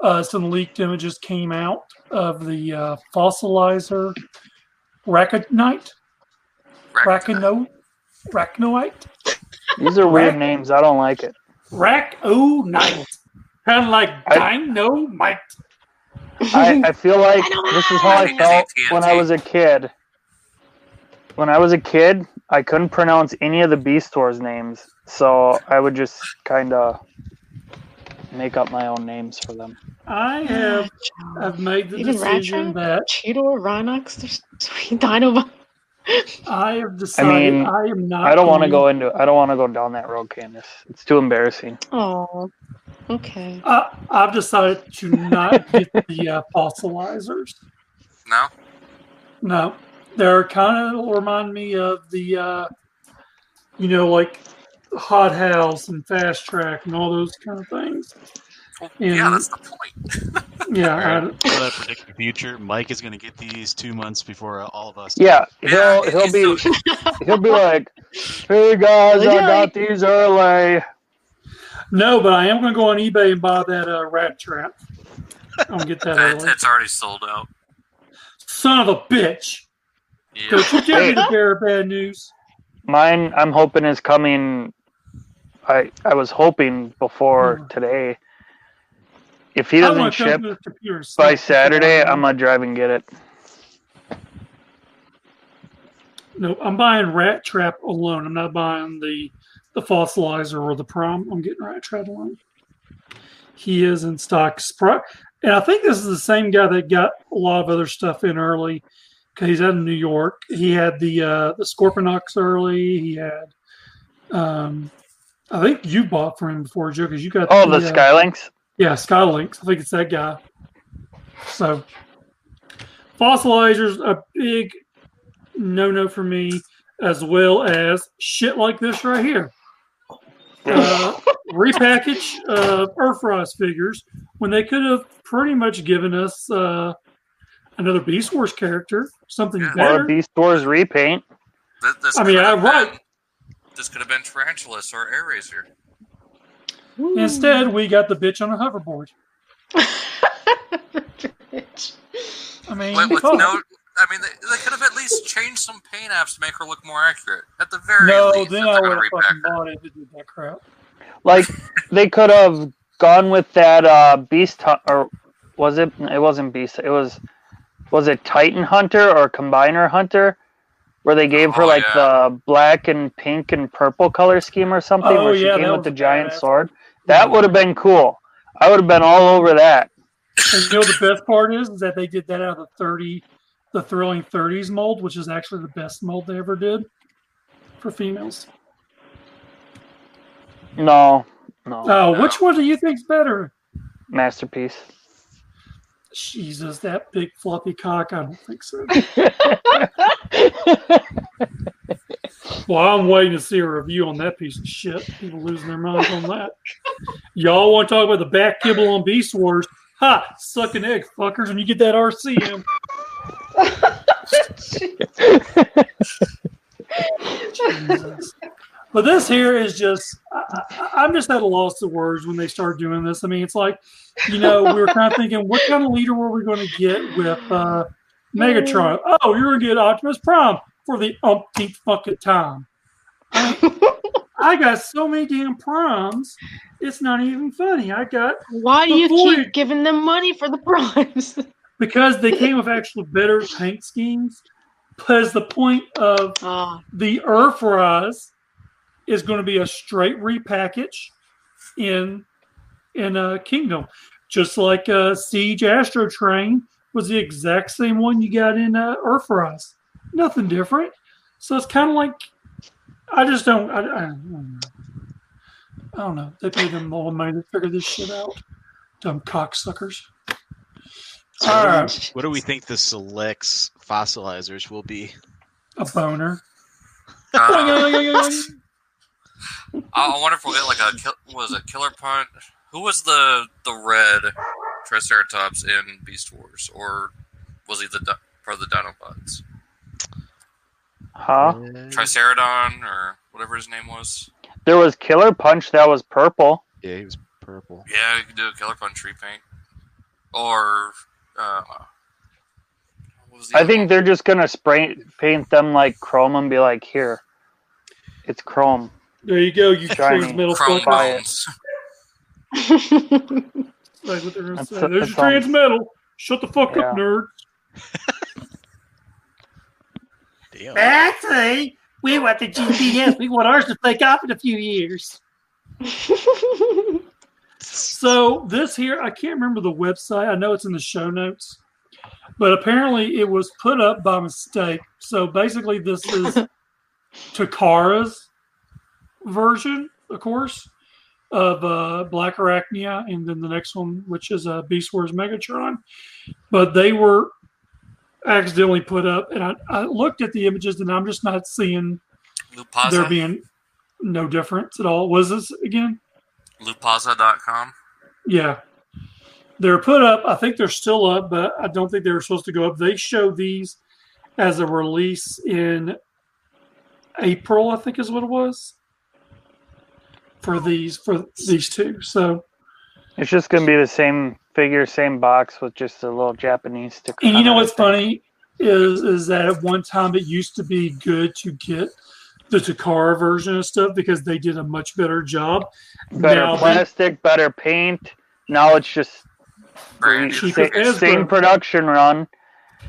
[SPEAKER 1] uh, some leaked images came out of the uh, fossilizer Raconite, Racano, Racnoite,
[SPEAKER 4] These are weird
[SPEAKER 1] Right.
[SPEAKER 4] names. I don't like it.
[SPEAKER 1] Raconite. Kind of like
[SPEAKER 4] I-
[SPEAKER 1] dynamite.
[SPEAKER 4] I, I feel like
[SPEAKER 3] I don't
[SPEAKER 4] this is
[SPEAKER 3] know.
[SPEAKER 4] how I
[SPEAKER 2] Maybe
[SPEAKER 4] felt
[SPEAKER 2] TNT.
[SPEAKER 4] when I was a kid. When I was a kid, I couldn't pronounce any of the B stores names, so I would just kind of make up my own names for them.
[SPEAKER 1] I have I've made the
[SPEAKER 3] Even
[SPEAKER 1] decision
[SPEAKER 3] Rattrap?
[SPEAKER 1] that
[SPEAKER 3] Cheetor, Rhinox, there's sweet Dinobot.
[SPEAKER 1] I have decided I,
[SPEAKER 4] mean,
[SPEAKER 1] am not.
[SPEAKER 4] I don't want to
[SPEAKER 1] going-
[SPEAKER 4] go into. I don't want to go down that road, Candace. It's too embarrassing.
[SPEAKER 3] Oh, okay.
[SPEAKER 1] I, I've decided to not get the uh, fossilizers.
[SPEAKER 2] No,
[SPEAKER 1] No, they're kind of remind me of the, uh, you know, like Hot House and Fast Track and all those kind of things.
[SPEAKER 2] Well,
[SPEAKER 1] Yeah.
[SPEAKER 2] yeah, that's the point.
[SPEAKER 1] Yeah,
[SPEAKER 5] Will I predict the future? Mike is going to get these two months before uh, all of us. do.
[SPEAKER 4] Yeah,
[SPEAKER 2] Yeah,
[SPEAKER 4] he'll he'll
[SPEAKER 2] it's
[SPEAKER 4] be
[SPEAKER 2] so-
[SPEAKER 4] he'll be like, "Hey guys, I
[SPEAKER 3] Really?
[SPEAKER 4] got these early."
[SPEAKER 1] I, no, but I am going to go on eBay and buy that uh, rat trap. I'm gonna get that
[SPEAKER 2] it's,
[SPEAKER 1] early.
[SPEAKER 2] it's already sold out.
[SPEAKER 1] son of a bitch.
[SPEAKER 2] Yeah.
[SPEAKER 1] Don't you dare be the bearer of bad news.
[SPEAKER 4] Mine, I'm hoping is coming. I I was hoping before
[SPEAKER 1] Mhm.
[SPEAKER 4] today. If he
[SPEAKER 1] I wanna
[SPEAKER 4] doesn't
[SPEAKER 1] come
[SPEAKER 4] ship
[SPEAKER 1] to the computer and
[SPEAKER 4] by
[SPEAKER 1] snap this
[SPEAKER 4] Saturday,
[SPEAKER 1] thing.
[SPEAKER 4] I'm gonna drive and get it.
[SPEAKER 1] No, I'm buying Rat Trap alone. I'm not buying the the fossilizer or the prom. I'm getting Rat Trap alone. He is in stock. Spri- And I think this is the same guy that got a lot of other stuff in early because he's out of New York. He had the uh, the Scorpionox early. He had, um, I think you bought from him before, Joe, because you got
[SPEAKER 4] Oh, the
[SPEAKER 1] uh,
[SPEAKER 4] Skylinks.
[SPEAKER 1] yeah, Skylinks. I think it's that guy. So, fossilizers a big no no for me, as well as shit like this right here. Uh, repackage of Earthrise figures when they could have pretty much given us uh, another Beast Wars character, something
[SPEAKER 2] Yeah.
[SPEAKER 4] Or
[SPEAKER 1] better.
[SPEAKER 4] a Beast Wars repaint.
[SPEAKER 2] Th- this
[SPEAKER 1] I mean,
[SPEAKER 2] could
[SPEAKER 1] I-
[SPEAKER 2] have
[SPEAKER 1] right.
[SPEAKER 2] been- This could have been Tarantulas or Air Razor.
[SPEAKER 1] Instead, we got the bitch on a hoverboard.
[SPEAKER 3] Bitch.
[SPEAKER 1] I mean,
[SPEAKER 2] With, with
[SPEAKER 1] fuck.
[SPEAKER 2] no, I mean, they, they could have at least changed some paint apps to make her look more accurate. At the very
[SPEAKER 1] no,
[SPEAKER 2] least,
[SPEAKER 1] then
[SPEAKER 2] if
[SPEAKER 1] I
[SPEAKER 2] they're
[SPEAKER 1] would
[SPEAKER 2] gonna
[SPEAKER 1] have
[SPEAKER 2] repack
[SPEAKER 1] fucking
[SPEAKER 2] her.
[SPEAKER 1] bought it if it did that crap.
[SPEAKER 4] Like they could have gone with that uh, Beast Hunt, or was it? It wasn't Beast. It was was it Titan Hunter or Combiner Hunter, where they gave her
[SPEAKER 2] Oh,
[SPEAKER 4] like
[SPEAKER 2] yeah.
[SPEAKER 4] the black and pink and purple color scheme or something,
[SPEAKER 1] Oh,
[SPEAKER 4] where she
[SPEAKER 1] yeah, that
[SPEAKER 4] came with
[SPEAKER 1] was
[SPEAKER 4] the giant
[SPEAKER 1] badass.
[SPEAKER 4] sword. That would have been cool. I would have been all over that.
[SPEAKER 1] And you know the best part is, is that they did that out of the thirty, the thrilling thirties mold, which is actually the best mold they ever did for females.
[SPEAKER 4] No, no,
[SPEAKER 1] Oh, which one do you think's better?
[SPEAKER 4] masterpiece.
[SPEAKER 1] Jesus, that big fluffy cock. I don't think so. Well, I'm waiting to see a review on that piece of shit. People losing their minds on that. Y'all want to talk about the back kibble on Beast Wars? Ha! Suck an egg, fuckers, when you get that RCM. Jesus. But this here is just, I, I, I'm just at a loss of words when they start doing this. I mean, it's like, you know, we were kind of thinking, what kind of leader were we going to get with uh, Megatron? Oh, you're going to get Optimus Prime for the umpteenth fucking time. I, I got so many damn primes, it's not even funny. I got
[SPEAKER 3] Why do you
[SPEAKER 1] Avoid.
[SPEAKER 3] keep giving them money for the primes?
[SPEAKER 1] because they came with actually better paint schemes. Because the point of
[SPEAKER 3] Ah,
[SPEAKER 1] the Earthrise is going to be a straight repackage in in a kingdom, just like uh, Siege Astro Train was the exact same one you got in uh, Earthrise. Nothing different. So it's kind of like I just don't I, I, I don't know. I don't know. They paid them all the money to figure this shit out. Dumb cocksuckers.
[SPEAKER 5] So
[SPEAKER 1] All
[SPEAKER 5] what do we-
[SPEAKER 1] right,
[SPEAKER 5] What do we think the selects fossilizers will be?
[SPEAKER 1] a boner.
[SPEAKER 2] Uh, I I wonder if we'll get like a kill- what was it killer punt. Who was the the red Triceratops in Beast Wars, or was he the di- part of the Dinobots?
[SPEAKER 4] Huh?
[SPEAKER 2] Tricerodon or whatever his name was.
[SPEAKER 4] There was Killer Punch that was purple.
[SPEAKER 5] Yeah, he was purple.
[SPEAKER 2] Yeah, you could do a killer punch repaint, or uh, what was the
[SPEAKER 4] I
[SPEAKER 2] other
[SPEAKER 4] think they're just gonna spray paint them like chrome and be like, here, it's chrome.
[SPEAKER 1] There you go. You
[SPEAKER 4] Shiny.
[SPEAKER 1] trans
[SPEAKER 2] one?
[SPEAKER 1] metal
[SPEAKER 2] chrome
[SPEAKER 1] fucker.
[SPEAKER 4] Fire.
[SPEAKER 2] bones.
[SPEAKER 1] That's what they're gonna
[SPEAKER 4] That's
[SPEAKER 1] say. There's
[SPEAKER 4] a-
[SPEAKER 1] your
[SPEAKER 4] that's all.
[SPEAKER 1] trans metal. Shut the fuck
[SPEAKER 4] Yeah.
[SPEAKER 1] up, nerd.
[SPEAKER 5] Damn.
[SPEAKER 1] Actually, we want the GPS. we want ours to take off in a few years. So this here, I can't remember the website. I know it's in the show notes, but apparently it was put up by mistake. So basically, this is Takara's version, of course, of uh, Black Arachnia, and then the next one, which is uh, Beast Wars Megatron. But they were accidentally put up, and I, I looked at the images, and I'm just not seeing there
[SPEAKER 2] Lupasa.
[SPEAKER 1] being no difference at all. Was this again?
[SPEAKER 2] Lupasa.com.
[SPEAKER 1] Yeah. They're put up. I think they're still up, but I don't think they were supposed to go up. They show these as a release in April, I think is what it was. For these for these two. So
[SPEAKER 4] It's just gonna be the same figure, same box with just a little Japanese sticker.
[SPEAKER 1] and you
[SPEAKER 4] on
[SPEAKER 1] know
[SPEAKER 4] it, I
[SPEAKER 1] what's
[SPEAKER 4] think.
[SPEAKER 1] funny? is is that at one time it used to be good to get the Takara version of stuff because they did a much better job.
[SPEAKER 4] Better
[SPEAKER 1] Now-
[SPEAKER 4] plastic, better paint. Now it's just
[SPEAKER 2] Brand
[SPEAKER 1] She
[SPEAKER 2] new.
[SPEAKER 1] could-
[SPEAKER 2] thing.
[SPEAKER 4] same,
[SPEAKER 1] Hasbro.
[SPEAKER 4] same production run.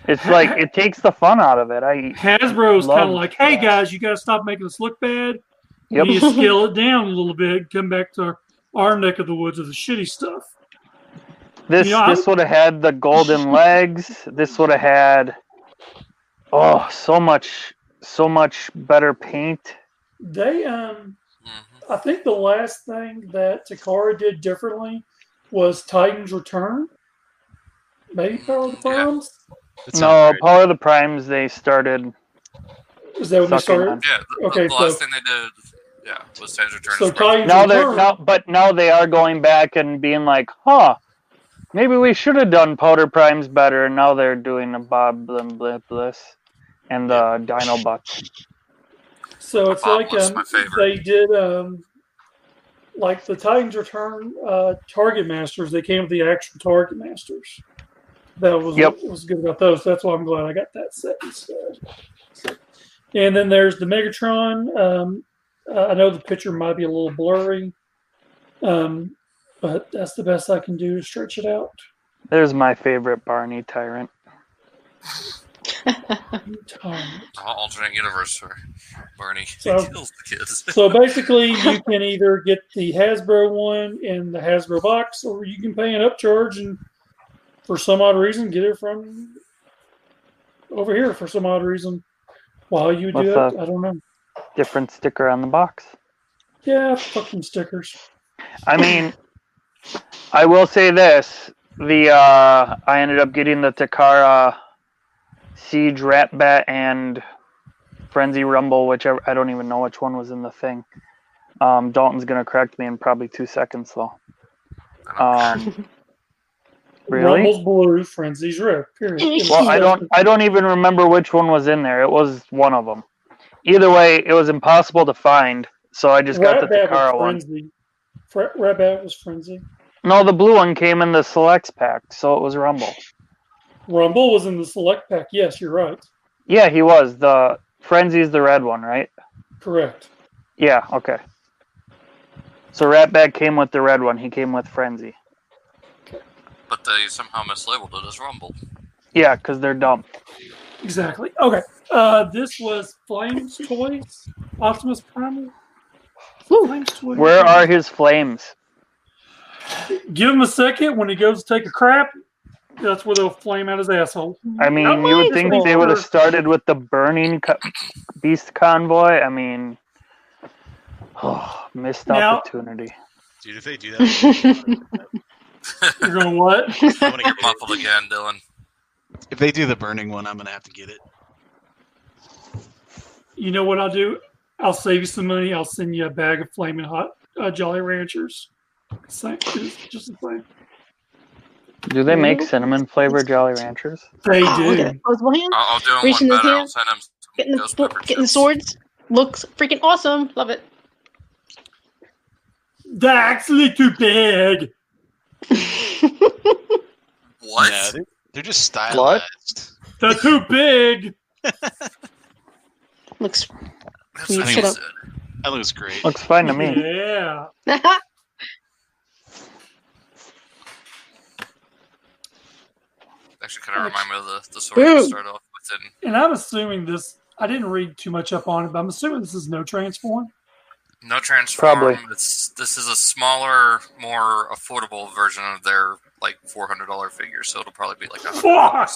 [SPEAKER 4] It's like it takes the fun out of it. I
[SPEAKER 1] Hasbro's kind of
[SPEAKER 4] Love
[SPEAKER 1] like, hey
[SPEAKER 4] that.
[SPEAKER 1] guys, you got to stop making us look bad. You
[SPEAKER 4] yep.
[SPEAKER 1] need to scale it down a little bit. Come back to our neck of the woods of the shitty stuff.
[SPEAKER 4] This
[SPEAKER 1] You know, I-
[SPEAKER 4] this would have had the golden legs. This would have had oh so much so much better paint.
[SPEAKER 1] They, um,
[SPEAKER 2] Mhm.
[SPEAKER 1] I think the last thing that Takara did differently was Titan's Return. Maybe Power of the
[SPEAKER 2] Yeah.
[SPEAKER 1] Primes.
[SPEAKER 5] That sounds
[SPEAKER 4] No,
[SPEAKER 5] right.
[SPEAKER 4] Power of the Primes they started
[SPEAKER 1] Is that when we
[SPEAKER 4] Sucking
[SPEAKER 1] started?
[SPEAKER 4] on.
[SPEAKER 2] Yeah, the,
[SPEAKER 1] Okay,
[SPEAKER 2] the last
[SPEAKER 1] so-
[SPEAKER 2] thing they did, yeah, was Titan's Return.
[SPEAKER 1] So
[SPEAKER 2] as well.
[SPEAKER 1] Titan's
[SPEAKER 4] now they're
[SPEAKER 1] Return.
[SPEAKER 4] now but now they are going back and being like, huh, maybe we should have done Powder Primes better. And now they're doing the Bob Blim Blim Bliss and the Dino Buck.
[SPEAKER 1] So it's
[SPEAKER 2] Bob
[SPEAKER 1] like
[SPEAKER 2] was
[SPEAKER 1] um,
[SPEAKER 2] my favorite.
[SPEAKER 1] they did um, like the Titans Return uh, Target Masters. They came with the actual Target Masters. That was
[SPEAKER 4] Yep.
[SPEAKER 1] what was good about those. That's why I'm glad I got that set instead. And then there's the Megatron. Um, uh, I know the picture might be a little blurry, um, but that's the best I can do to stretch it out.
[SPEAKER 4] There's my favorite Barney Tyrant.
[SPEAKER 1] Tom.
[SPEAKER 2] The whole alternate universe for Barney.
[SPEAKER 1] So-
[SPEAKER 2] he kills the kids.
[SPEAKER 1] So basically, you can either get the Hasbro one in the Hasbro box, or you can pay an upcharge and, for some odd reason, get it from over here for some odd reason. Why you would do
[SPEAKER 4] What's
[SPEAKER 1] that, I don't know.
[SPEAKER 4] Different sticker on the box.
[SPEAKER 1] Yeah, fucking stickers.
[SPEAKER 4] I mean, I will say this: the uh, I ended up getting the Takara Siege Rat Bat and Frenzy Rumble, whichever I don't even know which one was in the thing. Um, Dalton's gonna correct me in probably two seconds though. Um, really?
[SPEAKER 1] Rumble's blue, frenzies red. Period.
[SPEAKER 4] Well, I don't. I don't even remember which one was in there. It was one of them. Either way, it was impossible to find, so I just got the
[SPEAKER 1] Ratbat was
[SPEAKER 4] Takara one.
[SPEAKER 1] frenzy. Fre- Ratbat was frenzy.
[SPEAKER 4] No, the blue one came in the selects pack, so it was Rumble.
[SPEAKER 1] Rumble was in the select pack. Yes, you're right.
[SPEAKER 4] Yeah, he was. The Frenzy's the red one, right?
[SPEAKER 1] Correct.
[SPEAKER 4] Yeah, okay. So Ratbag came with the red one. He came with Frenzy.
[SPEAKER 2] but they somehow mislabeled it as Rumble.
[SPEAKER 4] Yeah, because they're dumb.
[SPEAKER 1] Exactly. Okay. Uh, this was Flames Toys, Optimus Primal. Flames Toys.
[SPEAKER 4] Where are his flames?
[SPEAKER 1] Give him a second. When he goes to take a crap, that's where they'll flame out his asshole.
[SPEAKER 4] I mean,
[SPEAKER 1] Oh,
[SPEAKER 4] you would
[SPEAKER 1] wait,
[SPEAKER 4] think
[SPEAKER 1] it's
[SPEAKER 4] they would have
[SPEAKER 1] over.
[SPEAKER 4] started with the burning co- beast convoy. I mean, missed
[SPEAKER 1] Now-
[SPEAKER 4] opportunity.
[SPEAKER 5] Dude, if they do that,
[SPEAKER 1] You're going what?
[SPEAKER 5] I wanna
[SPEAKER 2] You're
[SPEAKER 5] get it.
[SPEAKER 2] muffled again, Dylan.
[SPEAKER 5] if they do the burning one, I'm gonna have to get it.
[SPEAKER 1] You know what I'll do? I'll save you some money. I'll send you a bag of flaming hot uh, Jolly Ranchers. Same, just, just the same.
[SPEAKER 4] Do they make cinnamon flavored Jolly Ranchers?
[SPEAKER 1] They
[SPEAKER 3] Oh, look at
[SPEAKER 1] do.
[SPEAKER 3] that opposable hand.
[SPEAKER 2] I'll, I'll do him
[SPEAKER 3] Reaching
[SPEAKER 2] one
[SPEAKER 3] the
[SPEAKER 2] better.
[SPEAKER 3] hand,
[SPEAKER 2] I'll send him
[SPEAKER 3] Getting
[SPEAKER 2] some
[SPEAKER 3] the,
[SPEAKER 2] ghost
[SPEAKER 3] bo-
[SPEAKER 2] pepper
[SPEAKER 3] getting the
[SPEAKER 2] chips.
[SPEAKER 3] swords. Looks freaking awesome. Love it.
[SPEAKER 1] They're actually too big.
[SPEAKER 2] What?
[SPEAKER 5] No, they're, they're just stylized.
[SPEAKER 1] They're too big.
[SPEAKER 3] Looks.
[SPEAKER 2] That's
[SPEAKER 3] Can you
[SPEAKER 2] what he
[SPEAKER 5] shut up?
[SPEAKER 2] said.
[SPEAKER 5] That looks great.
[SPEAKER 4] Looks fine to me.
[SPEAKER 1] Yeah.
[SPEAKER 2] Actually, kind of remind me of the, the sword
[SPEAKER 3] Boom.
[SPEAKER 2] to start off with. And
[SPEAKER 1] And I'm assuming this. I didn't read too much up on it, but I'm assuming this is no transform.
[SPEAKER 2] no transform.
[SPEAKER 4] Probably.
[SPEAKER 2] It's, this is a smaller, more affordable version of their like four hundred dollar figure, so it'll probably be like a
[SPEAKER 1] Fuck.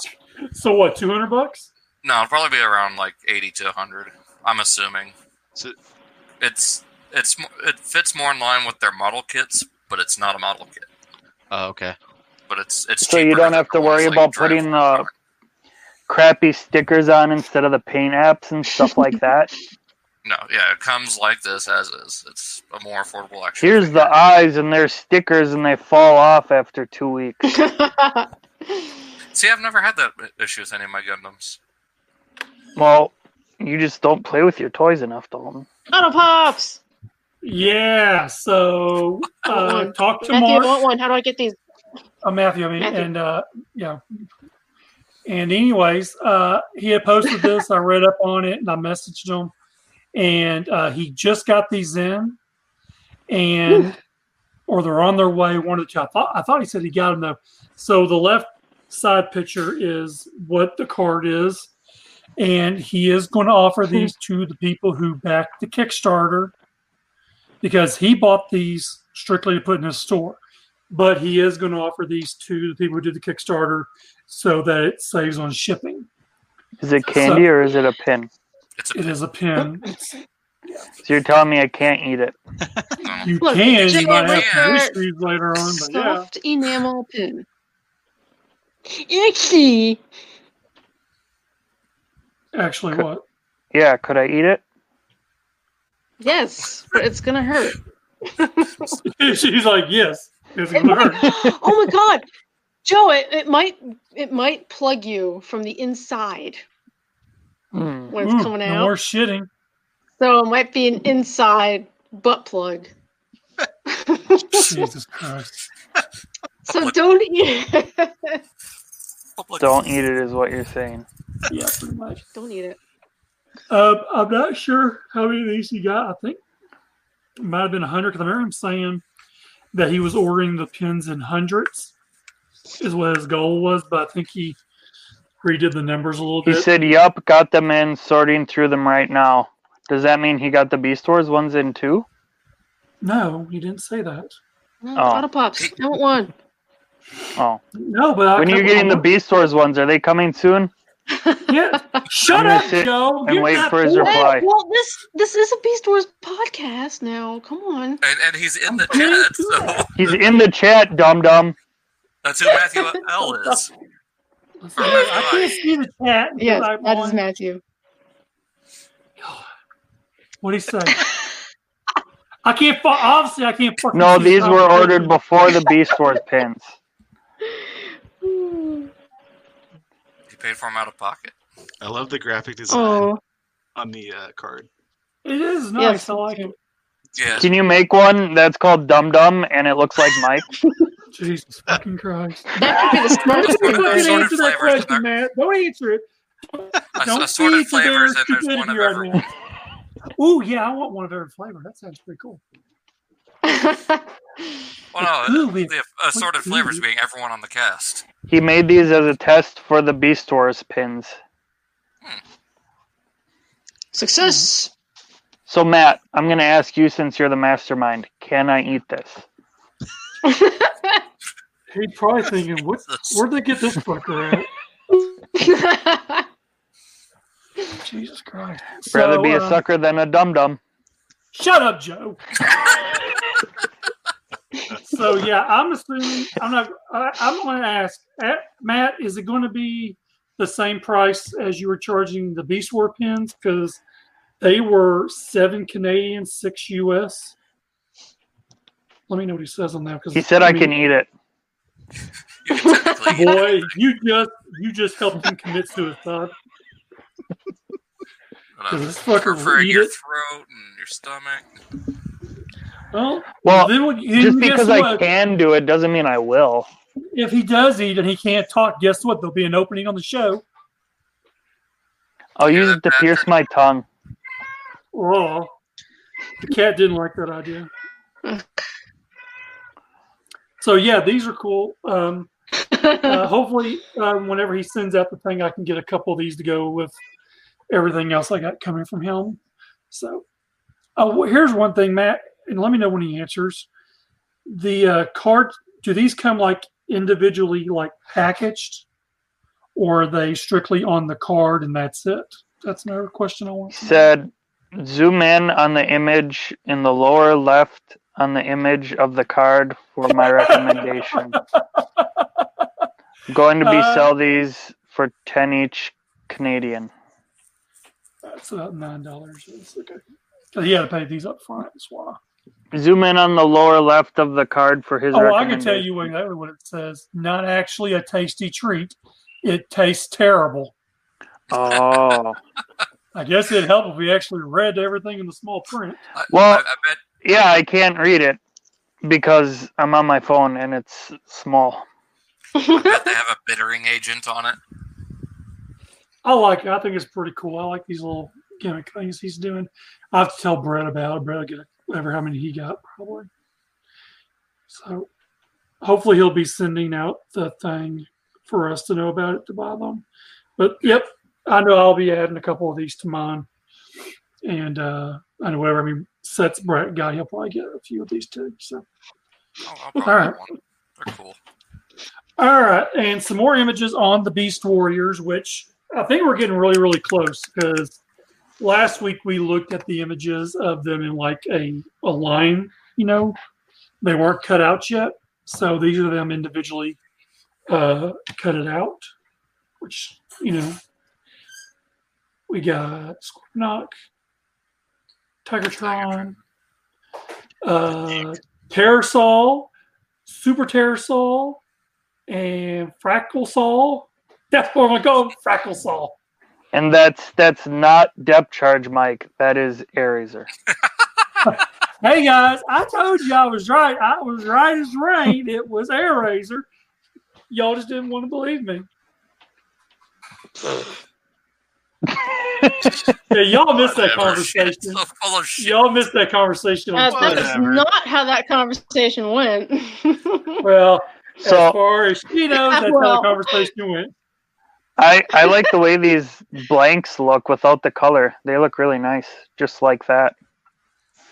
[SPEAKER 1] So what? Two hundred bucks?
[SPEAKER 2] No, it'll probably be around like eighty to hundred. I'm assuming.
[SPEAKER 5] So-
[SPEAKER 2] it's it's mo- it fits more in line with their model kits, but it's not a model kit.
[SPEAKER 5] Oh, okay.
[SPEAKER 2] But it's it's
[SPEAKER 4] So you
[SPEAKER 2] cheaper
[SPEAKER 4] don't
[SPEAKER 2] than
[SPEAKER 4] have to
[SPEAKER 2] the ones,
[SPEAKER 4] worry
[SPEAKER 2] like,
[SPEAKER 4] about
[SPEAKER 2] Drive
[SPEAKER 4] putting
[SPEAKER 2] Force
[SPEAKER 4] the- Crappy stickers on instead of the paint apps and stuff like that.
[SPEAKER 2] No, yeah, it comes like this as is. It's a more affordable action.
[SPEAKER 4] Here's the eyes and their stickers, and they fall off after two weeks.
[SPEAKER 2] See, I've never had that issue with any of my Gundams.
[SPEAKER 4] Well, you just don't play with your toys enough, Dalton.
[SPEAKER 3] Auto pops.
[SPEAKER 1] Yeah. So uh, talk to
[SPEAKER 3] Matthew, I
[SPEAKER 1] Mark. Oh,
[SPEAKER 3] want one. How do I get these?
[SPEAKER 1] Uh, Matthew, I mean,
[SPEAKER 3] Matthew.
[SPEAKER 1] and uh, yeah, And anyways, uh, he had posted this. I read up on it and I messaged him. And uh, he just got these in, and or they're on their way. One of the two. I thought I thought he said he got them though. So the left side picture is what the card is, and he is going to offer these to the people who backed the Kickstarter because he bought these strictly to put in his store. But he is going to offer these to the people who did the Kickstarter so that it saves on shipping.
[SPEAKER 4] Is it candy or is it a pin?
[SPEAKER 2] It's a
[SPEAKER 1] It is a pin. It's-
[SPEAKER 4] So you're telling me I can't eat it?
[SPEAKER 1] You
[SPEAKER 3] Look,
[SPEAKER 1] can,
[SPEAKER 3] Jay
[SPEAKER 1] you might have some
[SPEAKER 3] Whitaker.
[SPEAKER 1] issues later on, but yeah.
[SPEAKER 3] Soft enamel pin. Icky.
[SPEAKER 1] Actually, what?
[SPEAKER 4] Yeah, could I eat it?
[SPEAKER 3] Yes, but it's gonna hurt.
[SPEAKER 1] She's like, yes, it's
[SPEAKER 3] It
[SPEAKER 1] gonna
[SPEAKER 3] might,
[SPEAKER 1] hurt.
[SPEAKER 3] oh my god, Joe! It, it might it might plug you from the inside
[SPEAKER 4] Hmm.
[SPEAKER 3] when it's
[SPEAKER 1] Ooh,
[SPEAKER 3] coming
[SPEAKER 1] no
[SPEAKER 3] out.
[SPEAKER 1] more shitting.
[SPEAKER 3] So it might be an inside butt plug.
[SPEAKER 1] Jesus Christ. Oh
[SPEAKER 3] so don't eat it.
[SPEAKER 2] public.
[SPEAKER 4] Don't eat it, is what you're saying.
[SPEAKER 1] Yeah, pretty much.
[SPEAKER 3] don't eat it.
[SPEAKER 1] Um, I'm not sure how many of these he got. I think it might have been 100 because I remember him saying that he was ordering the pins in hundreds, is what his goal was. But I think he redid the numbers a little
[SPEAKER 4] He
[SPEAKER 1] bit.
[SPEAKER 4] said, "Yup, got them in, sorting through them right now." Does that mean he got the Beast Wars ones in too?
[SPEAKER 1] no, he didn't say that.
[SPEAKER 3] No,
[SPEAKER 4] Oh.
[SPEAKER 3] Auto pops. I want one.
[SPEAKER 4] Oh,
[SPEAKER 1] No, but I
[SPEAKER 4] when are you
[SPEAKER 1] kinda
[SPEAKER 4] getting the
[SPEAKER 1] wanna-
[SPEAKER 4] Beast Wars ones? Are they coming soon?
[SPEAKER 1] Yeah. Shut
[SPEAKER 4] I'm gonna
[SPEAKER 1] up,
[SPEAKER 4] sit
[SPEAKER 1] Joe.
[SPEAKER 4] and
[SPEAKER 1] Give
[SPEAKER 4] wait
[SPEAKER 1] that
[SPEAKER 4] for his
[SPEAKER 1] boy-
[SPEAKER 4] reply. Why?
[SPEAKER 3] Well, well, this this is a Beast Wars podcast now. Come on.
[SPEAKER 2] And, and he's in the
[SPEAKER 1] I'm getting
[SPEAKER 2] chat, so
[SPEAKER 4] He's in the chat, dum dum.
[SPEAKER 2] that's who Matthew L is.
[SPEAKER 1] Sorry, I can't see the chat. because
[SPEAKER 3] Yes,
[SPEAKER 1] I'm
[SPEAKER 3] that
[SPEAKER 1] on-
[SPEAKER 3] is Matthew.
[SPEAKER 1] What'd he say? I can't. Fu- obviously, I can't fucking.
[SPEAKER 4] No,
[SPEAKER 1] see
[SPEAKER 4] these
[SPEAKER 1] how
[SPEAKER 4] were
[SPEAKER 1] I'm
[SPEAKER 4] ordered
[SPEAKER 1] looking.
[SPEAKER 4] before the Beast Wars pins.
[SPEAKER 2] He paid for him out of pocket.
[SPEAKER 5] I love the graphic design
[SPEAKER 3] Oh,
[SPEAKER 5] on the uh, card.
[SPEAKER 1] It is nice.
[SPEAKER 3] yes.
[SPEAKER 1] I like it.
[SPEAKER 2] Yeah,
[SPEAKER 4] Can you make one that's called Dum Dum and it looks like Mike?
[SPEAKER 1] Jesus fucking Christ.
[SPEAKER 3] That could be the smartest
[SPEAKER 1] Don't
[SPEAKER 3] thing.
[SPEAKER 1] fucking
[SPEAKER 2] Assorted
[SPEAKER 3] I've
[SPEAKER 1] answer that
[SPEAKER 2] flavors,
[SPEAKER 1] question,
[SPEAKER 2] they're-
[SPEAKER 1] Matt. Don't answer it.
[SPEAKER 2] Ass-
[SPEAKER 1] Don't
[SPEAKER 2] assorted
[SPEAKER 1] feed to their
[SPEAKER 2] flavors, and there's one of
[SPEAKER 1] stupidity
[SPEAKER 2] every.
[SPEAKER 1] right now. Ooh, yeah, I want one of every flavor. That sounds pretty cool.
[SPEAKER 3] ever-
[SPEAKER 2] Well, no,
[SPEAKER 1] Ooh, we-
[SPEAKER 2] Uh, the assorted
[SPEAKER 1] ooh.
[SPEAKER 2] flavors being everyone on the cast.
[SPEAKER 4] He made these as a test for the Beast Wars pins.
[SPEAKER 3] Success.
[SPEAKER 4] So Matt, I'm gonna ask you since you're the mastermind, can I eat this?
[SPEAKER 1] He's probably thinking, what, where'd they get this fucker at? Jesus Christ.
[SPEAKER 4] Rather
[SPEAKER 1] So,
[SPEAKER 4] be a
[SPEAKER 1] uh,
[SPEAKER 4] sucker than a dum dum.
[SPEAKER 1] Shut up, Joe. so yeah, I'm assuming I'm not. I, I'm going to ask eh, Matt. Is it going to be the same price as you were charging the Beast War pins? Because they were seven Canadian, six US. Let me know what he says on that. Because
[SPEAKER 4] He said I can eat it.
[SPEAKER 2] You can technically eat
[SPEAKER 1] Boy, you just you just helped him commit suicide.
[SPEAKER 2] but, uh,
[SPEAKER 1] Does this fucker
[SPEAKER 2] for
[SPEAKER 1] eat
[SPEAKER 2] your
[SPEAKER 1] it?
[SPEAKER 2] throat and your stomach.
[SPEAKER 1] Well,
[SPEAKER 4] Well,
[SPEAKER 1] then what- then
[SPEAKER 4] Just
[SPEAKER 1] guess
[SPEAKER 4] because I
[SPEAKER 1] what?
[SPEAKER 4] can do it doesn't mean I will.
[SPEAKER 1] if he does eat and he can't talk, guess what? There'll be an opening on the show.
[SPEAKER 4] I'll
[SPEAKER 2] Yeah,
[SPEAKER 4] use
[SPEAKER 2] that-
[SPEAKER 4] it to
[SPEAKER 2] that-
[SPEAKER 4] pierce my tongue.
[SPEAKER 1] Oh, the cat didn't like that idea. So yeah, these are cool. Um, uh, hopefully, uh, whenever he sends out the thing, I can get a couple of these to go with everything else I got coming from him. So, uh, well, here's one thing, Matt, and let me know when he answers. The uh, cards do these come like individually, like packaged, or are they strictly on the card and that's it? That's another question I want.
[SPEAKER 4] He
[SPEAKER 1] to know.
[SPEAKER 4] said zoom in on the image in the lower left on the image of the card for my recommendation. I'm going to be
[SPEAKER 1] Uh,
[SPEAKER 4] sell these for ten each Canadian.
[SPEAKER 1] That's about nine dollars. It's okay. 'Cause He had to pay these up front. That's why.
[SPEAKER 4] Zoom in on the lower left of the card for his
[SPEAKER 1] Oh, I
[SPEAKER 4] recommendation.
[SPEAKER 1] can tell you exactly what it says. Not actually a tasty treat. It tastes terrible.
[SPEAKER 4] Oh.
[SPEAKER 1] I guess it'd help if we actually read everything in the small print.
[SPEAKER 2] I,
[SPEAKER 4] Well-
[SPEAKER 2] I, I bet
[SPEAKER 4] Yeah, I can't read it because I'm on my phone and it's small.
[SPEAKER 2] I bet they have a bittering agent on it.
[SPEAKER 1] I like it. I think it's pretty cool. I like these little gimmick things he's doing. I have to tell Brett about it. Brett will get whatever how many he got probably. So hopefully he'll be sending out the thing for us to know about it to buy them. But yep, I know I'll be adding a couple of these to mine. And uh I know whatever I mean sets Brett got, he'll probably get a few of these too. So
[SPEAKER 2] I'll, I'll probably
[SPEAKER 1] All right.
[SPEAKER 2] want it. They're cool.
[SPEAKER 1] all right, and some more images on the Beast Warriors, which I think we're getting really, really close because last week we looked at the images of them in like a, a line, you know, they weren't cut out yet. So these are them individually uh, cut it out, which, you know, we got Squirtnock, Tigertron, uh, Terrasol, Super Terrasol, and Fractal Saw. That's what I'm gonna call him, Fractal Saw.
[SPEAKER 4] And that's that's not depth charge, Mike. That is Eraser.
[SPEAKER 1] Hey guys, I told you I was right. I was right as rain. It was Air Razor. Y'all just didn't want to believe me. Yeah, y'all missed that
[SPEAKER 2] Whatever.
[SPEAKER 1] conversation.
[SPEAKER 2] It's so full of shit.
[SPEAKER 1] Y'all missed that conversation
[SPEAKER 3] Uh,
[SPEAKER 1] on
[SPEAKER 3] that
[SPEAKER 1] Twitter.
[SPEAKER 3] is
[SPEAKER 5] Whatever.
[SPEAKER 3] not how that conversation went.
[SPEAKER 1] Well, as
[SPEAKER 4] So
[SPEAKER 1] far as she knows, that's how the
[SPEAKER 3] Well.
[SPEAKER 1] conversation went.
[SPEAKER 4] I I like the way these blanks look without the color. They look really nice, just like that.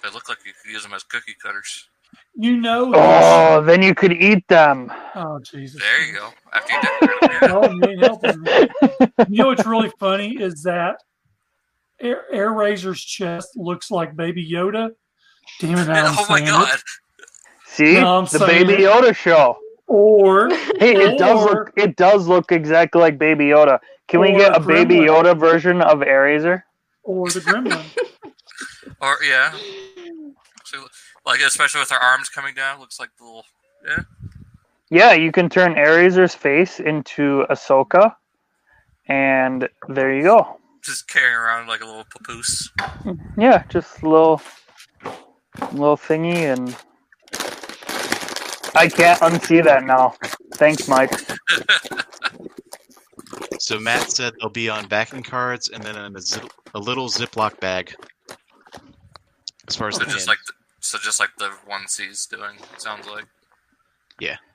[SPEAKER 2] They look like you could use them as cookie cutters.
[SPEAKER 1] You know.
[SPEAKER 4] Oh, then you could eat them.
[SPEAKER 1] Oh, Jesus.
[SPEAKER 2] There you go. After you decorate them, yeah.
[SPEAKER 1] Oh, you ain't helping me. You know what's really funny is that Air, Air Razor's chest looks like Baby Yoda. Damn it! now I'm
[SPEAKER 2] Oh my
[SPEAKER 1] saying it.
[SPEAKER 2] god.
[SPEAKER 4] See
[SPEAKER 1] No, I'm
[SPEAKER 4] the
[SPEAKER 1] saying
[SPEAKER 4] Baby
[SPEAKER 1] it.
[SPEAKER 4] Yoda show.
[SPEAKER 1] Or
[SPEAKER 4] Hey, it does
[SPEAKER 1] Or-
[SPEAKER 4] look it does look exactly like Baby Yoda. Can we get
[SPEAKER 1] Or
[SPEAKER 4] a Baby
[SPEAKER 1] Gremlin.
[SPEAKER 4] Yoda version of Eraser?
[SPEAKER 1] or the Gremlin.
[SPEAKER 2] Or yeah. So, like especially with their arms coming down, looks like the little
[SPEAKER 4] Yeah, you can turn Eraser's face into Ahsoka, and there you go.
[SPEAKER 2] just carrying around like a little papoose.
[SPEAKER 4] Yeah, just little little thingy, and I can't unsee that now. Thanks, Mike.
[SPEAKER 5] So Matt said they'll be on backing cards and then in a, zip, a little Ziploc bag. As far as
[SPEAKER 2] So
[SPEAKER 5] the
[SPEAKER 2] just
[SPEAKER 5] hand.
[SPEAKER 2] like the, so just like the one C's doing, it sounds like.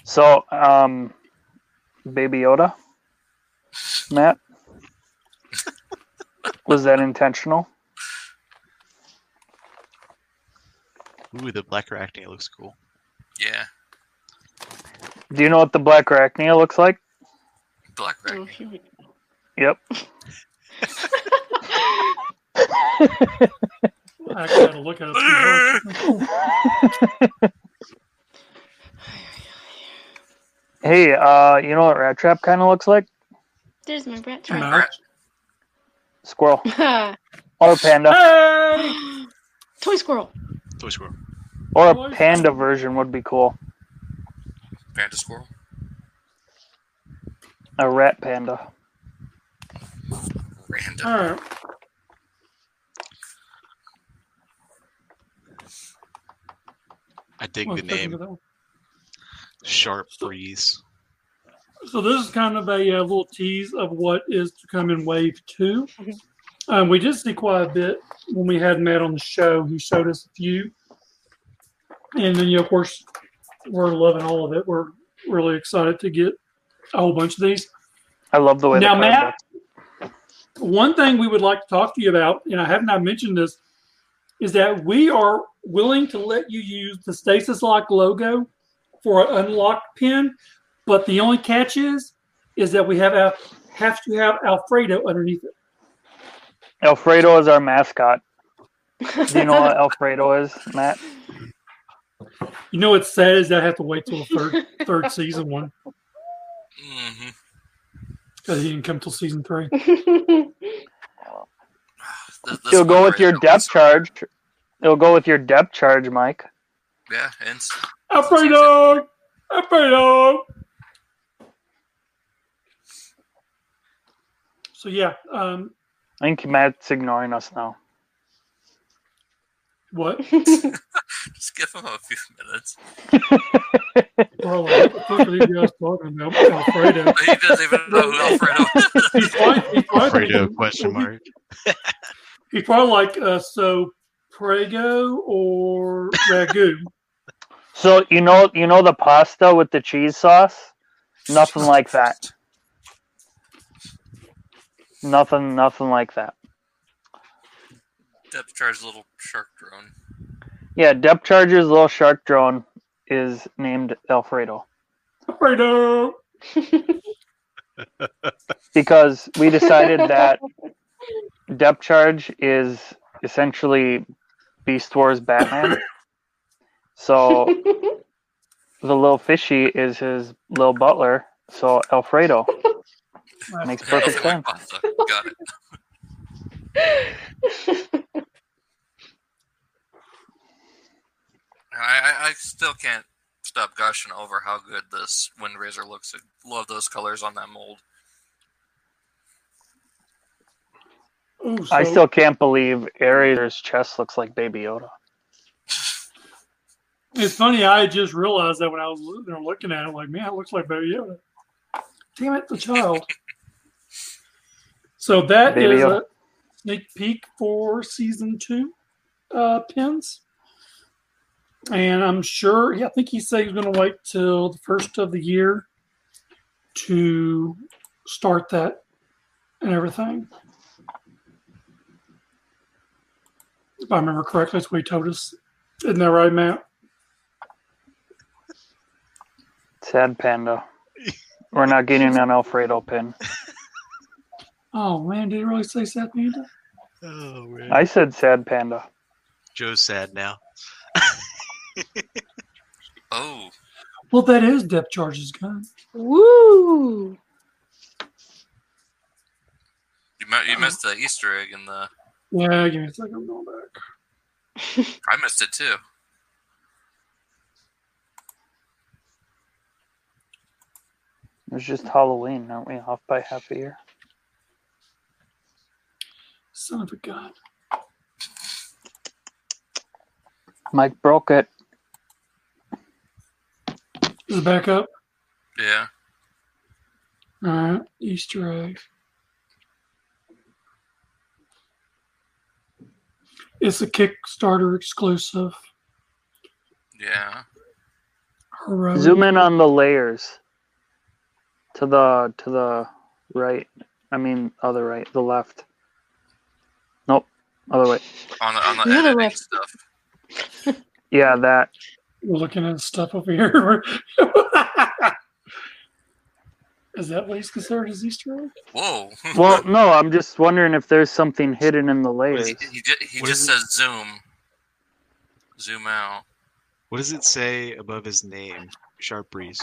[SPEAKER 4] So, um, Baby Yoda, Matt, was that intentional?
[SPEAKER 5] ooh, the black acting looks cool.
[SPEAKER 2] Yeah.
[SPEAKER 4] Do you know what the black arachnia looks like?
[SPEAKER 2] Black
[SPEAKER 3] Oh,
[SPEAKER 2] bear.
[SPEAKER 4] Yep.
[SPEAKER 1] I actually had to look at it.
[SPEAKER 4] Hey, uh, you know what Rat Trap kind of looks like?
[SPEAKER 3] There's my brat
[SPEAKER 1] No.
[SPEAKER 3] trap.
[SPEAKER 4] Squirrel or a panda
[SPEAKER 1] Hey!
[SPEAKER 3] Toy squirrel.
[SPEAKER 5] Toy Squirrel.
[SPEAKER 4] or a panda version would be cool.
[SPEAKER 1] Mm.
[SPEAKER 2] Panda squirrel.
[SPEAKER 4] A rat panda.
[SPEAKER 2] Random.
[SPEAKER 1] All right.
[SPEAKER 5] I dig
[SPEAKER 1] One
[SPEAKER 5] the
[SPEAKER 1] second for
[SPEAKER 5] name.
[SPEAKER 1] that one.
[SPEAKER 5] Sharp Breeze.
[SPEAKER 1] So this is kind of a, uh little tease of what is to come in Wave Two. Um, we did see quite a bit when we had Matt on the show. He showed us a few, and then you know, of course we're loving all of it. We're really excited to get a whole bunch of these.
[SPEAKER 4] I love the way
[SPEAKER 1] Now,
[SPEAKER 4] the
[SPEAKER 1] Matt, one thing we would like to talk to you about, and I have not mentioned this, is that we are willing to let you use the Stasis Lock logo for an unlocked pin, but the only catch is, is that we have Al- have to have Alfredo underneath it.
[SPEAKER 4] Alfredo is our mascot. Do you know what Alfredo is, Matt?
[SPEAKER 1] You know what's sad is that I have to wait till the third third season one
[SPEAKER 2] Mm-hmm.
[SPEAKER 1] because he didn't come till season three.
[SPEAKER 2] This, this
[SPEAKER 4] It'll go with
[SPEAKER 2] fundraiser
[SPEAKER 4] your
[SPEAKER 2] was-
[SPEAKER 4] depth charge. It'll go with your depth charge, Mike.
[SPEAKER 2] Yeah, and s-
[SPEAKER 1] Alfredo, Alfredo. So yeah, um,
[SPEAKER 4] I think Matt's ignoring us now.
[SPEAKER 1] What?
[SPEAKER 2] Just give him a few minutes.
[SPEAKER 1] Well, what the fuck are these guys talking about? Alfredo.
[SPEAKER 2] He doesn't even know who Alfredo is.
[SPEAKER 1] He's probably, he's probably
[SPEAKER 5] Alfredo?
[SPEAKER 1] thinking-
[SPEAKER 5] Question mark.
[SPEAKER 1] He's probably like, uh, so Prego or Ragu?
[SPEAKER 4] So you know, you know the pasta with the cheese sauce. Nothing like that. Nothing, nothing like that.
[SPEAKER 2] Depth charge little shark drone.
[SPEAKER 4] Yeah, Depth Charger's little shark drone is named Alfredo
[SPEAKER 1] Alfredo!
[SPEAKER 4] because we decided that Depth Charge is essentially Beast Wars Batman. So the little fishy is his little butler. So Alfredo makes perfect
[SPEAKER 2] Nothing like
[SPEAKER 4] sense.
[SPEAKER 2] pasta. Got it. I, I, I still can't stop gushing over how good this Windraiser looks. I love those colors on that mold.
[SPEAKER 1] Ooh, so
[SPEAKER 4] I still can't believe Aerator's chest looks like Baby Yoda.
[SPEAKER 1] It's funny. I just realized that when I was lo- there looking at it, like, man, it looks like Baby Yoda. Damn it, the child. so that is
[SPEAKER 4] Baby Yoda.
[SPEAKER 1] a sneak peek for season two, uh, pins. And I'm sure. Yeah, I think he said he's going to wait till the first of the year to start that and everything. If I remember correctly, that's what he told us. Isn't that right, Matt?
[SPEAKER 4] Sad panda. We're not getting an Alfredo pin.
[SPEAKER 1] Oh man, did it really say Seth Panda?
[SPEAKER 5] Oh man.
[SPEAKER 4] I said sad panda.
[SPEAKER 5] Joe's sad now.
[SPEAKER 2] Oh,
[SPEAKER 1] Well, that is depth charges gun.
[SPEAKER 3] Woo!
[SPEAKER 2] you, mi- you missed the Easter egg in the.
[SPEAKER 1] Yeah, give me a second. I'm going back.
[SPEAKER 2] I missed it too.
[SPEAKER 4] It was just Halloween, aren't we? Off by half a year.
[SPEAKER 1] Son of a gun.
[SPEAKER 4] Mike broke it.
[SPEAKER 1] Is it back up?
[SPEAKER 2] Yeah.
[SPEAKER 1] All right. Easter egg. It's a Kickstarter exclusive.
[SPEAKER 2] Yeah.
[SPEAKER 1] Heroic.
[SPEAKER 4] Zoom in on the layers. To the to the right. I mean other right, the left. Nope. Other way.
[SPEAKER 2] On the, on the
[SPEAKER 3] You're the
[SPEAKER 2] editing
[SPEAKER 3] ref-
[SPEAKER 2] stuff.
[SPEAKER 4] Yeah, that.
[SPEAKER 1] We're looking at stuff over here. is that what he's considered as Easter egg?
[SPEAKER 2] Whoa.
[SPEAKER 4] Well, no, I'm just wondering if there's something hidden in the layers.
[SPEAKER 2] he, he, ju- he
[SPEAKER 5] What
[SPEAKER 2] just
[SPEAKER 5] is it?
[SPEAKER 2] says zoom. Zoom out.
[SPEAKER 5] What does it say above his name? Sharp breeze.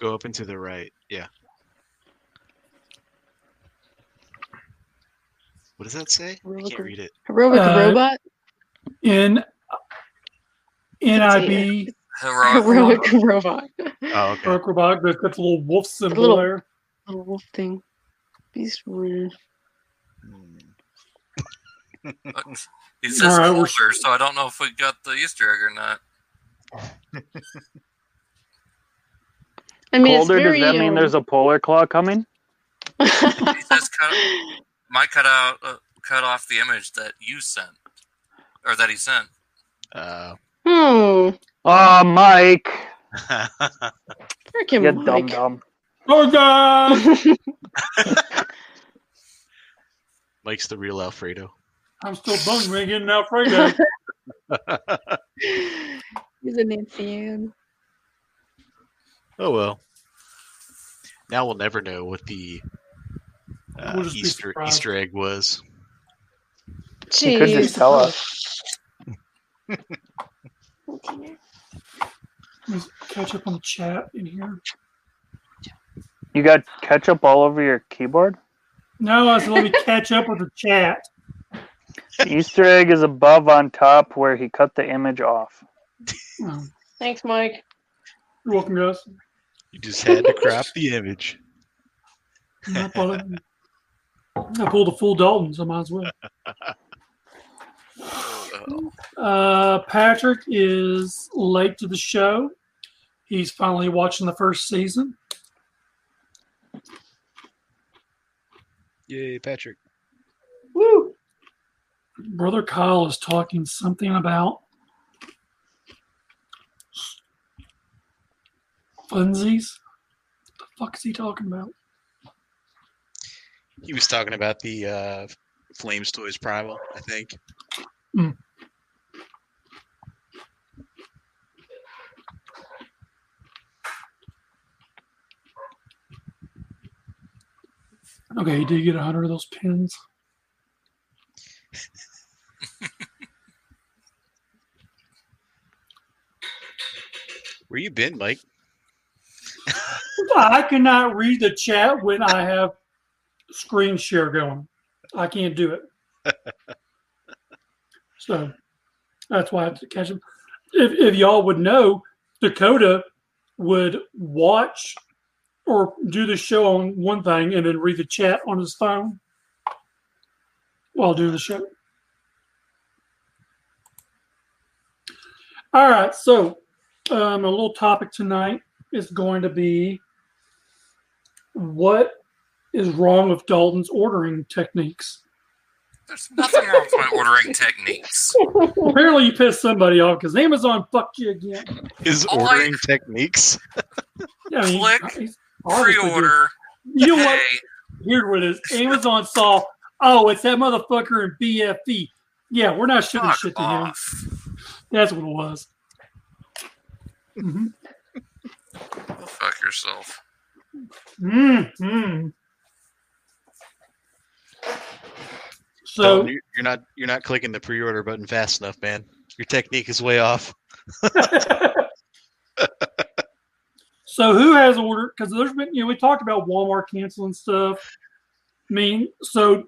[SPEAKER 5] Go up and to the right. Yeah. What does that say? I
[SPEAKER 3] Heroic
[SPEAKER 5] can't read it.
[SPEAKER 3] Heroic
[SPEAKER 1] Uh,
[SPEAKER 3] robot.
[SPEAKER 1] N N I B
[SPEAKER 2] Heroic.
[SPEAKER 3] Heroic robot.
[SPEAKER 5] Oh, okay.
[SPEAKER 1] Acrobat. That's got the little wolf symbol
[SPEAKER 3] Little-
[SPEAKER 1] there.
[SPEAKER 3] The wolf thing. Beast Warrior.
[SPEAKER 5] Hmm.
[SPEAKER 2] He says
[SPEAKER 1] All right, we're-
[SPEAKER 2] colder, so I don't know if we got the Easter egg or not.
[SPEAKER 3] I mean,
[SPEAKER 4] Colder,
[SPEAKER 3] it's very,
[SPEAKER 4] does that mean
[SPEAKER 3] um,
[SPEAKER 4] there's a polar claw coming?
[SPEAKER 2] He says cut, my cut out uh, cut off the image that you sent or that he sent.
[SPEAKER 5] Uh,
[SPEAKER 3] oh,
[SPEAKER 4] Oh, Mike.
[SPEAKER 3] freaking
[SPEAKER 4] You dumb
[SPEAKER 3] Mike.
[SPEAKER 4] dumb.
[SPEAKER 1] Oh God!
[SPEAKER 5] Mike's the real Alfredo.
[SPEAKER 1] I'm still bung ringing now, Fredo.
[SPEAKER 3] He's a Nancy Ann.
[SPEAKER 5] Oh well. Now we'll never know what the uh,
[SPEAKER 1] We'll just be
[SPEAKER 5] Easter
[SPEAKER 1] surprised.
[SPEAKER 5] Easter egg was.
[SPEAKER 4] You could
[SPEAKER 3] Jeez.
[SPEAKER 4] just tell us.
[SPEAKER 1] Let's catch up on the chat in here.
[SPEAKER 4] You got ketchup all over your keyboard?
[SPEAKER 1] No, I said let me catch up with the chat.
[SPEAKER 4] The Easter egg is above on top where he cut the image off.
[SPEAKER 1] Oh,
[SPEAKER 3] Thanks, Mike.
[SPEAKER 1] You're welcome, guys.
[SPEAKER 5] You just had to crop the image.
[SPEAKER 1] No problem. I pulled a full Dalton, so might as well.
[SPEAKER 2] Oh,
[SPEAKER 1] Uh, Patrick is late to the show. He's finally watching the first season.
[SPEAKER 5] Yay, Patrick.
[SPEAKER 3] Woo!
[SPEAKER 1] Brother Kyle is talking something about funsies. What the fuck is he talking about?
[SPEAKER 5] He was talking about the uh, Flames Toys Primal, I think.
[SPEAKER 1] Okay, he did get 100 of those pins.
[SPEAKER 5] Where you been, Mike?
[SPEAKER 1] I cannot read the chat when I have screen share going. I can't do it. so that's why I have to catch him. If, if y'all would know, Dakota would watch or do the show on one thing and then read the chat on his phone while doing the show. All right, so um, a little topic tonight is going to be what is wrong with Dalton's ordering techniques.
[SPEAKER 2] There's nothing wrong with my ordering techniques.
[SPEAKER 1] Apparently, you pissed somebody off because Amazon fucked you again.
[SPEAKER 5] His
[SPEAKER 2] Oh, I-
[SPEAKER 5] ordering techniques.
[SPEAKER 1] I mean,
[SPEAKER 2] Click,
[SPEAKER 1] he's obviously doing-
[SPEAKER 2] Pre-order.
[SPEAKER 1] You know what?
[SPEAKER 2] Hey,
[SPEAKER 1] Here's what it is. Amazon saw, oh, it's that motherfucker in BFE. Yeah, we're not shipping
[SPEAKER 2] fuck
[SPEAKER 1] shit to him.
[SPEAKER 2] off.
[SPEAKER 1] That's what it was. Mhm.
[SPEAKER 2] Go fuck yourself.
[SPEAKER 1] Mhm.
[SPEAKER 5] Dalton,
[SPEAKER 1] So,
[SPEAKER 5] Oh, you're, you're not you're not clicking the pre-order button fast enough, man. Your technique is way off.
[SPEAKER 1] So who has ordered? Because there's been, you know, we talked about Walmart canceling stuff. I mean, so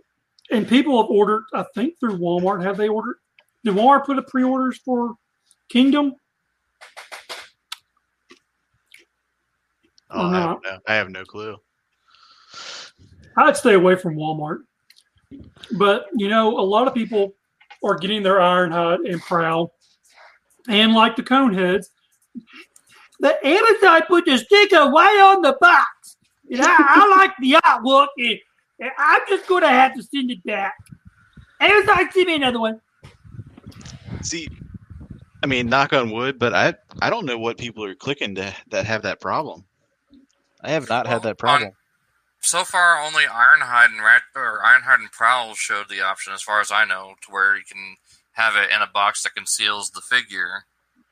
[SPEAKER 1] and people have ordered. I think through Walmart have they ordered? Did Walmart put up pre-orders for Kingdom?
[SPEAKER 5] Oh, I,
[SPEAKER 1] No.
[SPEAKER 5] don't know. I have no clue.
[SPEAKER 1] I'd stay away from Walmart. But you know, a lot of people are getting their iron hot and proud, and like the coneheads, the Amazon put the sticker way on the box. And I, I like the artwork, and, and I'm just gonna have to send it back. Amazon, send me another one.
[SPEAKER 5] See, I mean, knock on wood, but I I don't know what people are clicking to, that have that problem. I have not had
[SPEAKER 2] Well,
[SPEAKER 5] that problem.
[SPEAKER 2] So far, only Ironhide and Rat or Ironhide and Prowl showed the option, as far as I know, to where you can have it in a box that conceals the figure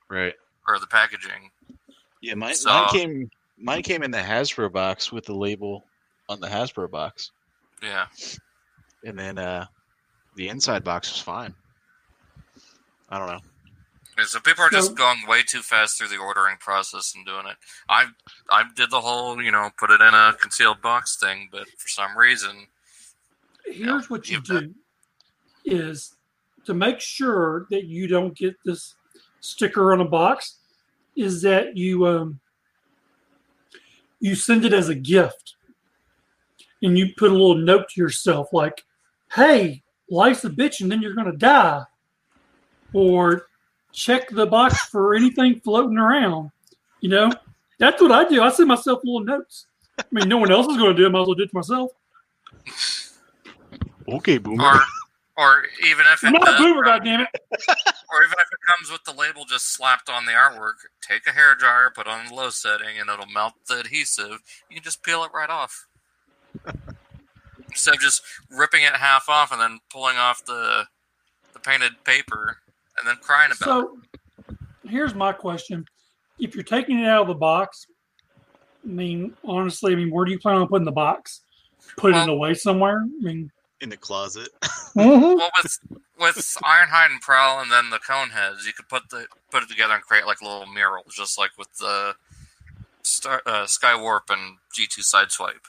[SPEAKER 5] Right.
[SPEAKER 2] or the packaging.
[SPEAKER 5] Yeah, mine,
[SPEAKER 2] So-
[SPEAKER 5] mine came mine came in the Hasbro box with the label on the Hasbro box,
[SPEAKER 2] Yeah,
[SPEAKER 5] and then uh, the inside box was fine. I don't know.
[SPEAKER 2] Yeah, so people are just
[SPEAKER 1] So-
[SPEAKER 2] going way too fast through the ordering process and doing it. I I did the whole you know put it in a concealed box thing, but for some reason,
[SPEAKER 1] here's what you
[SPEAKER 2] you've got-
[SPEAKER 1] do is to make sure that you don't get this sticker on a box is that you um, you send it as a gift and you put a little note to yourself like hey life's a bitch and then you're gonna die or check the box for anything floating around you know that's what i do i send myself little notes i mean no one else is gonna do it might as well do it to myself
[SPEAKER 5] Okay, boomer.
[SPEAKER 2] or or even if it
[SPEAKER 1] i'm not
[SPEAKER 2] does
[SPEAKER 1] a boomer
[SPEAKER 2] come-
[SPEAKER 1] goddammit.
[SPEAKER 2] or even if it comes with the label just slapped on the artwork, take a hair dryer, put on the low setting, and it'll melt the adhesive. You can just peel it right off. Instead of just ripping it half off and then pulling off the the painted paper and then crying about it.
[SPEAKER 1] So here's my question. If you're taking it out of the box, I mean, honestly, I mean, where do you plan on putting the box? Put it
[SPEAKER 2] Well-
[SPEAKER 1] away somewhere? I mean,
[SPEAKER 5] in the closet.
[SPEAKER 2] Well, with with Ironhide and Prowl, and then the Coneheads, you could put the put it together and create like little murals, just like with the Star, uh, Skywarp and G two Sideswipe,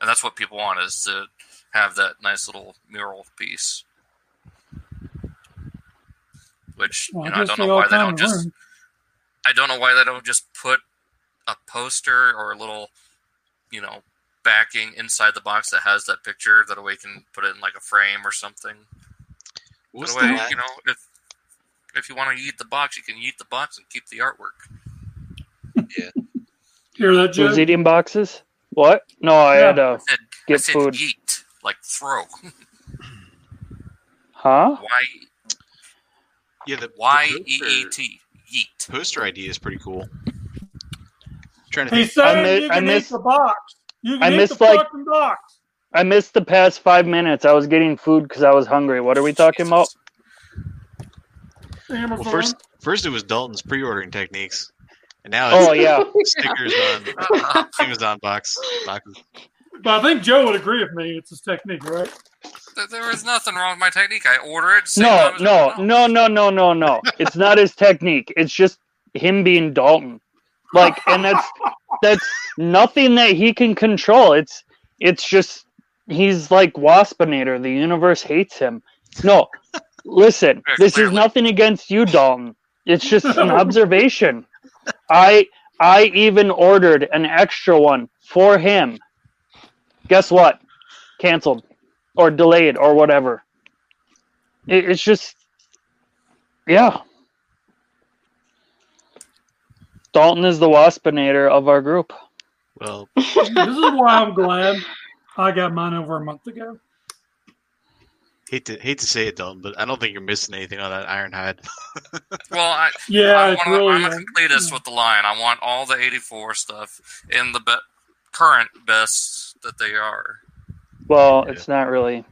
[SPEAKER 2] and that's what people want is to have that nice little mural piece. Which
[SPEAKER 1] well,
[SPEAKER 2] you know, I
[SPEAKER 1] guess
[SPEAKER 2] don't
[SPEAKER 1] they
[SPEAKER 2] know
[SPEAKER 1] all
[SPEAKER 2] why they
[SPEAKER 1] come
[SPEAKER 2] don't just
[SPEAKER 1] around.
[SPEAKER 2] I don't know why they don't just put a poster or a little, you know, backing inside the box that has that picture. That way, you can put it in like a frame or something.
[SPEAKER 5] What's
[SPEAKER 2] that way,
[SPEAKER 5] the la-
[SPEAKER 2] you know, if if you want to eat the box, you can eat the box and keep the artwork.
[SPEAKER 1] Hear that, Joe?
[SPEAKER 4] Who's eating boxes? What? No, I had
[SPEAKER 2] I
[SPEAKER 4] a
[SPEAKER 2] said, I
[SPEAKER 4] Get
[SPEAKER 2] said
[SPEAKER 4] food.
[SPEAKER 2] yeet, like throw.
[SPEAKER 4] huh.
[SPEAKER 2] Why
[SPEAKER 5] yeah, the the
[SPEAKER 2] Y E
[SPEAKER 5] poster-
[SPEAKER 2] E T yeet.
[SPEAKER 5] poster idea is pretty cool. trying to
[SPEAKER 1] He
[SPEAKER 5] think.
[SPEAKER 1] said
[SPEAKER 4] I mi-
[SPEAKER 1] you
[SPEAKER 4] I
[SPEAKER 1] can
[SPEAKER 4] miss-
[SPEAKER 1] eat the box. You can
[SPEAKER 4] I
[SPEAKER 1] eat
[SPEAKER 4] miss,
[SPEAKER 1] the
[SPEAKER 4] like-
[SPEAKER 1] fucking box.
[SPEAKER 4] I missed the past five minutes. I was getting food because I was hungry. What are we talking about?
[SPEAKER 1] Amazon.
[SPEAKER 5] Well, first, first it was Dalton's pre-ordering techniques, and now it's
[SPEAKER 4] Oh yeah,
[SPEAKER 5] stickers on
[SPEAKER 2] Uh,
[SPEAKER 5] Amazon box boxes.
[SPEAKER 1] But I think Joe would agree with me. It's his technique, right?
[SPEAKER 2] th- there was nothing wrong with my technique. I order it. same
[SPEAKER 4] no,
[SPEAKER 2] time as
[SPEAKER 4] no,
[SPEAKER 2] everyone else.
[SPEAKER 4] no, no, no, no, no. It's not his technique. It's just him being Dalton. Like, and that's that's nothing that he can control. It's it's just he's like Waspinator. The universe hates him. No, listen.
[SPEAKER 2] Yeah,
[SPEAKER 4] This is
[SPEAKER 2] clearly.
[SPEAKER 4] nothing against you, Dalton. It's just an observation. I I even ordered an extra one for him. Guess what? Canceled or delayed or whatever. It, it's just, yeah. Dalton is the waspinator of our group.
[SPEAKER 5] Well,
[SPEAKER 1] this is why I'm glad I got mine over a month ago.
[SPEAKER 5] hate to hate to say it, Dalton, but I don't think you're missing anything on that Ironhide.
[SPEAKER 2] Well, I,
[SPEAKER 1] Yeah,
[SPEAKER 2] I
[SPEAKER 1] it's
[SPEAKER 2] wanna,
[SPEAKER 1] really.
[SPEAKER 2] I'm a completist with the line. I want all the 84 stuff in the be- current best that they are.
[SPEAKER 4] Well, it's not really.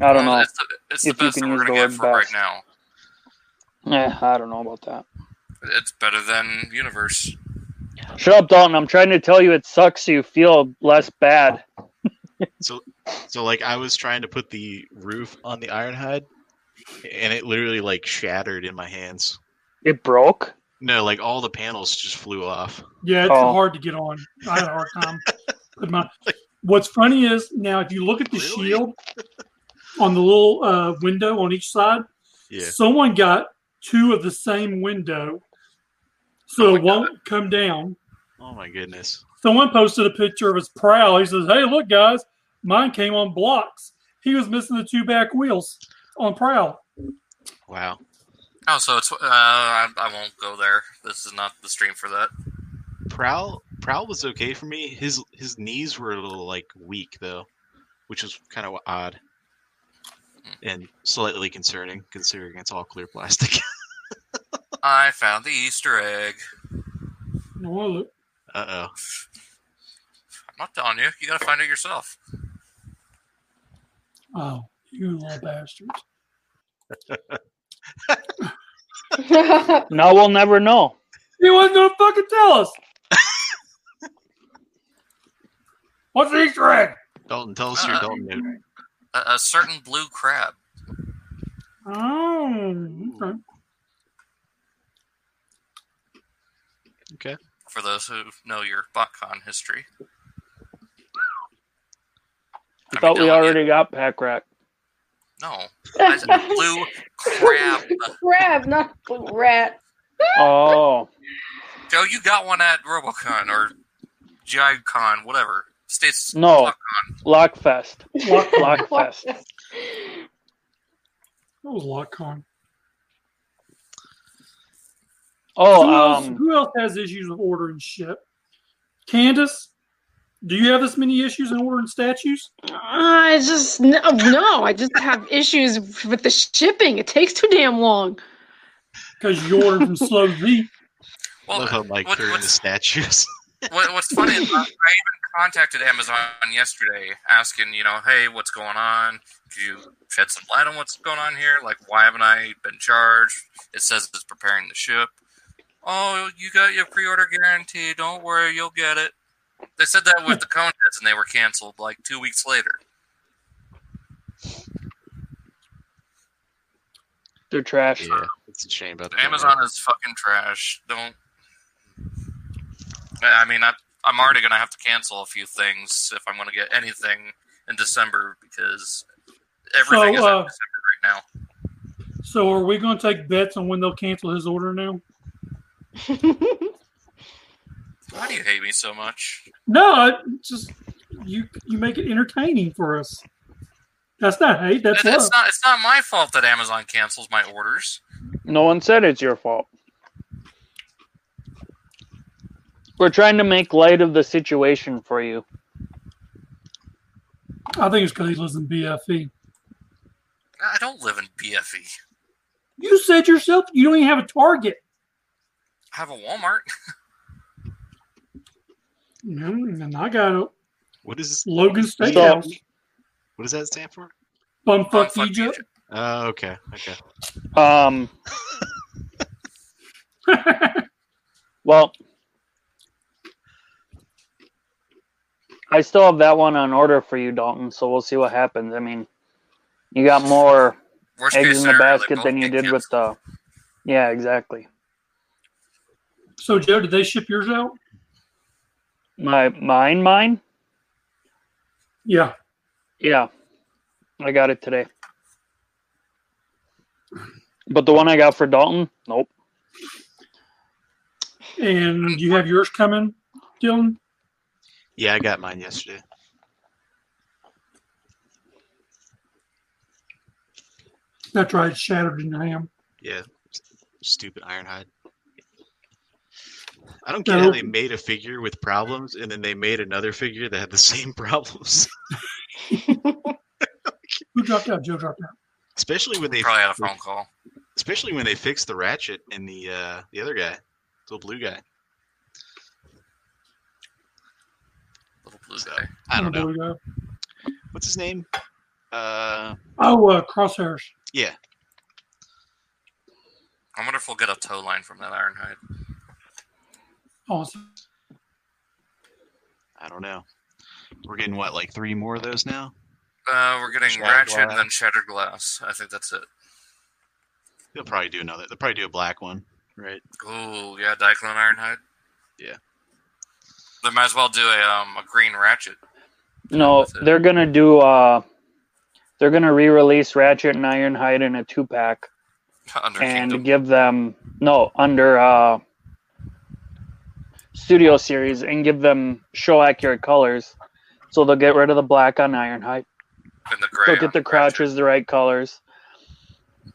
[SPEAKER 4] I don't
[SPEAKER 2] Well,
[SPEAKER 4] know.
[SPEAKER 2] It's the, it's the
[SPEAKER 4] if you
[SPEAKER 2] best
[SPEAKER 4] can
[SPEAKER 2] that we're
[SPEAKER 4] use
[SPEAKER 2] going
[SPEAKER 4] the
[SPEAKER 2] to get
[SPEAKER 4] word
[SPEAKER 2] for
[SPEAKER 4] best.
[SPEAKER 2] right now.
[SPEAKER 4] Eh, I don't know about that.
[SPEAKER 2] It's better than Universe.
[SPEAKER 4] Shut up, Dalton. I'm trying to tell you it sucks. So you feel less bad.
[SPEAKER 5] So, so like I was trying to put the roof on the Ironhide, and it literally like shattered in my hands.
[SPEAKER 4] It broke.
[SPEAKER 5] No, like all the panels just flew off.
[SPEAKER 1] Yeah, it's
[SPEAKER 4] Oh.
[SPEAKER 1] hard to get on. I had a hard time. with my, what's funny is now if you look at the
[SPEAKER 5] Really?
[SPEAKER 1] shield on the little uh, window on each side,
[SPEAKER 5] Yeah,
[SPEAKER 1] someone got two of the same window, so
[SPEAKER 2] Oh my
[SPEAKER 1] it won't come down.
[SPEAKER 5] Oh my goodness.
[SPEAKER 1] Someone posted a picture of his prow. He says, "Hey, look, guys, mine came on blocks. He was missing the two back wheels on prow."
[SPEAKER 5] Wow.
[SPEAKER 2] Oh, so it's. Uh, I, I won't go there. This is not the stream for that.
[SPEAKER 5] Prowl Prowl was okay for me. His his knees were a little like weak though, which was kind of odd and slightly concerning considering it's all clear plastic.
[SPEAKER 2] I found the Easter egg.
[SPEAKER 1] No, look.
[SPEAKER 5] uh oh.
[SPEAKER 2] I'm not telling you. You got to find it yourself.
[SPEAKER 1] Oh, you little bastards!
[SPEAKER 4] Now we'll never know.
[SPEAKER 1] He wasn't gonna fucking tell us. What's the Easter egg?
[SPEAKER 5] Dalton, tell us your
[SPEAKER 2] Uh,
[SPEAKER 5] Dalton note.
[SPEAKER 2] A, a certain blue crab.
[SPEAKER 1] Oh, okay.
[SPEAKER 5] Okay.
[SPEAKER 2] For those who know your BotCon history.
[SPEAKER 4] I
[SPEAKER 2] I'm
[SPEAKER 4] thought
[SPEAKER 2] telling
[SPEAKER 4] we
[SPEAKER 2] you.
[SPEAKER 4] already got pack rat.
[SPEAKER 2] No, I said blue crab.
[SPEAKER 3] Crab, not rat.
[SPEAKER 4] Oh,
[SPEAKER 2] Joe, you got one at RoboCon or GICon, whatever. States.
[SPEAKER 4] no. Lockfest.
[SPEAKER 1] Lock, that
[SPEAKER 4] Lockfest.
[SPEAKER 1] was Lockcon.
[SPEAKER 4] Oh,
[SPEAKER 1] who, else,
[SPEAKER 4] um,
[SPEAKER 1] who else has issues with ordering shit? Candace, do you have this many issues in ordering statues?
[SPEAKER 3] I Uh, just no, no, I just have issues with the shipping. It takes too damn long.
[SPEAKER 1] Because you ordered from Slow Z.
[SPEAKER 5] I
[SPEAKER 2] Well,
[SPEAKER 5] Love how Mike
[SPEAKER 2] what-
[SPEAKER 5] threw in the
[SPEAKER 2] what's-
[SPEAKER 5] statues.
[SPEAKER 2] What, what's funny is I I even contacted Amazon yesterday asking, you know, hey, what's going on? Could you shed some light on what's going on here? Like, why haven't I been charged? It says it's preparing the ship. Oh, you got your pre order guarantee. Don't worry, you'll get it. They said that with the coneheads and they were canceled like two weeks later.
[SPEAKER 4] they're trash.
[SPEAKER 5] yeah, it's a shame about that.
[SPEAKER 2] Amazon is fucking trash. Don't. I I mean, I, I'm already going to have to cancel a few things if I'm going to get anything in December because everything is
[SPEAKER 1] So, uh,
[SPEAKER 2] in December right now.
[SPEAKER 1] So are we going to take bets on when they'll cancel his order now?
[SPEAKER 3] Mm.
[SPEAKER 2] Why do you hate me so much?
[SPEAKER 1] No, I just you you make it entertaining for us. That's not hate. That's
[SPEAKER 2] It- it's
[SPEAKER 1] love.
[SPEAKER 2] not. It's not my fault that Amazon cancels my orders.
[SPEAKER 4] No one said it's your fault. We're trying to make light of the situation for you.
[SPEAKER 1] I think it's because he lives in E. BFE.
[SPEAKER 2] I don't live in E. BFE.
[SPEAKER 1] You said yourself you don't even have a target.
[SPEAKER 2] I have a Walmart.
[SPEAKER 1] Mhm, And I got a
[SPEAKER 5] What is
[SPEAKER 1] Logan
[SPEAKER 4] So-
[SPEAKER 1] Steakhouse.
[SPEAKER 5] what does that stand for?
[SPEAKER 1] Bumfuck
[SPEAKER 2] Bumfuck
[SPEAKER 1] Egypt.
[SPEAKER 5] Oh, okay, okay.
[SPEAKER 4] Um, well, I still have that one on order for you, Dalton. So we'll see what happens. I mean, you got more
[SPEAKER 2] Worst
[SPEAKER 4] eggs
[SPEAKER 2] case
[SPEAKER 4] in the
[SPEAKER 2] scenario, they
[SPEAKER 4] basket
[SPEAKER 2] both
[SPEAKER 4] than you
[SPEAKER 2] get
[SPEAKER 4] did with
[SPEAKER 2] canceled.
[SPEAKER 4] the. Yeah, exactly.
[SPEAKER 1] so Joe, did they ship yours out?
[SPEAKER 4] My mine, mine.
[SPEAKER 1] Yeah.
[SPEAKER 4] Yeah, I got it today. But the one I got for Dalton, nope.
[SPEAKER 1] And do you have yours coming, Dylan?
[SPEAKER 5] Yeah, I got mine yesterday.
[SPEAKER 1] That's right, shattered in ham.
[SPEAKER 5] Yeah, s- stupid Ironhide. I don't get
[SPEAKER 1] No.
[SPEAKER 5] how they made a figure with problems and then they made another figure that had the same problems.
[SPEAKER 1] Who dropped out? Joe dropped out.
[SPEAKER 5] especially when they
[SPEAKER 2] Probably had a phone call.
[SPEAKER 5] especially when they fixed the ratchet and the uh, the other guy, the blue guy.
[SPEAKER 2] Little blue guy.
[SPEAKER 5] I don't know
[SPEAKER 1] believe that.
[SPEAKER 5] what's his name. Uh,
[SPEAKER 1] Oh, uh, crosshairs.
[SPEAKER 5] yeah,
[SPEAKER 2] I wonder if we'll get a tow line from that Ironhide.
[SPEAKER 1] Awesome.
[SPEAKER 5] I don't know. We're getting what like three more of those now.
[SPEAKER 2] Uh, we're getting
[SPEAKER 5] Shattered
[SPEAKER 2] Ratchet
[SPEAKER 5] Glass.
[SPEAKER 2] and then Shattered Glass. I think that's it.
[SPEAKER 5] They'll probably do another. They'll probably do a black one, right?
[SPEAKER 2] Ooh, yeah, Diaclone Ironhide.
[SPEAKER 5] Yeah.
[SPEAKER 2] They might as well do a um a green Ratchet.
[SPEAKER 4] No,
[SPEAKER 2] That's it.
[SPEAKER 4] they're gonna do. uh They're gonna re-release Ratchet and Ironhide in a two pack
[SPEAKER 2] Under
[SPEAKER 4] and
[SPEAKER 2] Kingdom.
[SPEAKER 4] give them no under uh Studio Series and give them show accurate colors. So they'll get rid of the black on Ironhide.
[SPEAKER 2] and the gray.
[SPEAKER 4] They'll get
[SPEAKER 2] on
[SPEAKER 4] the crouches the right colors,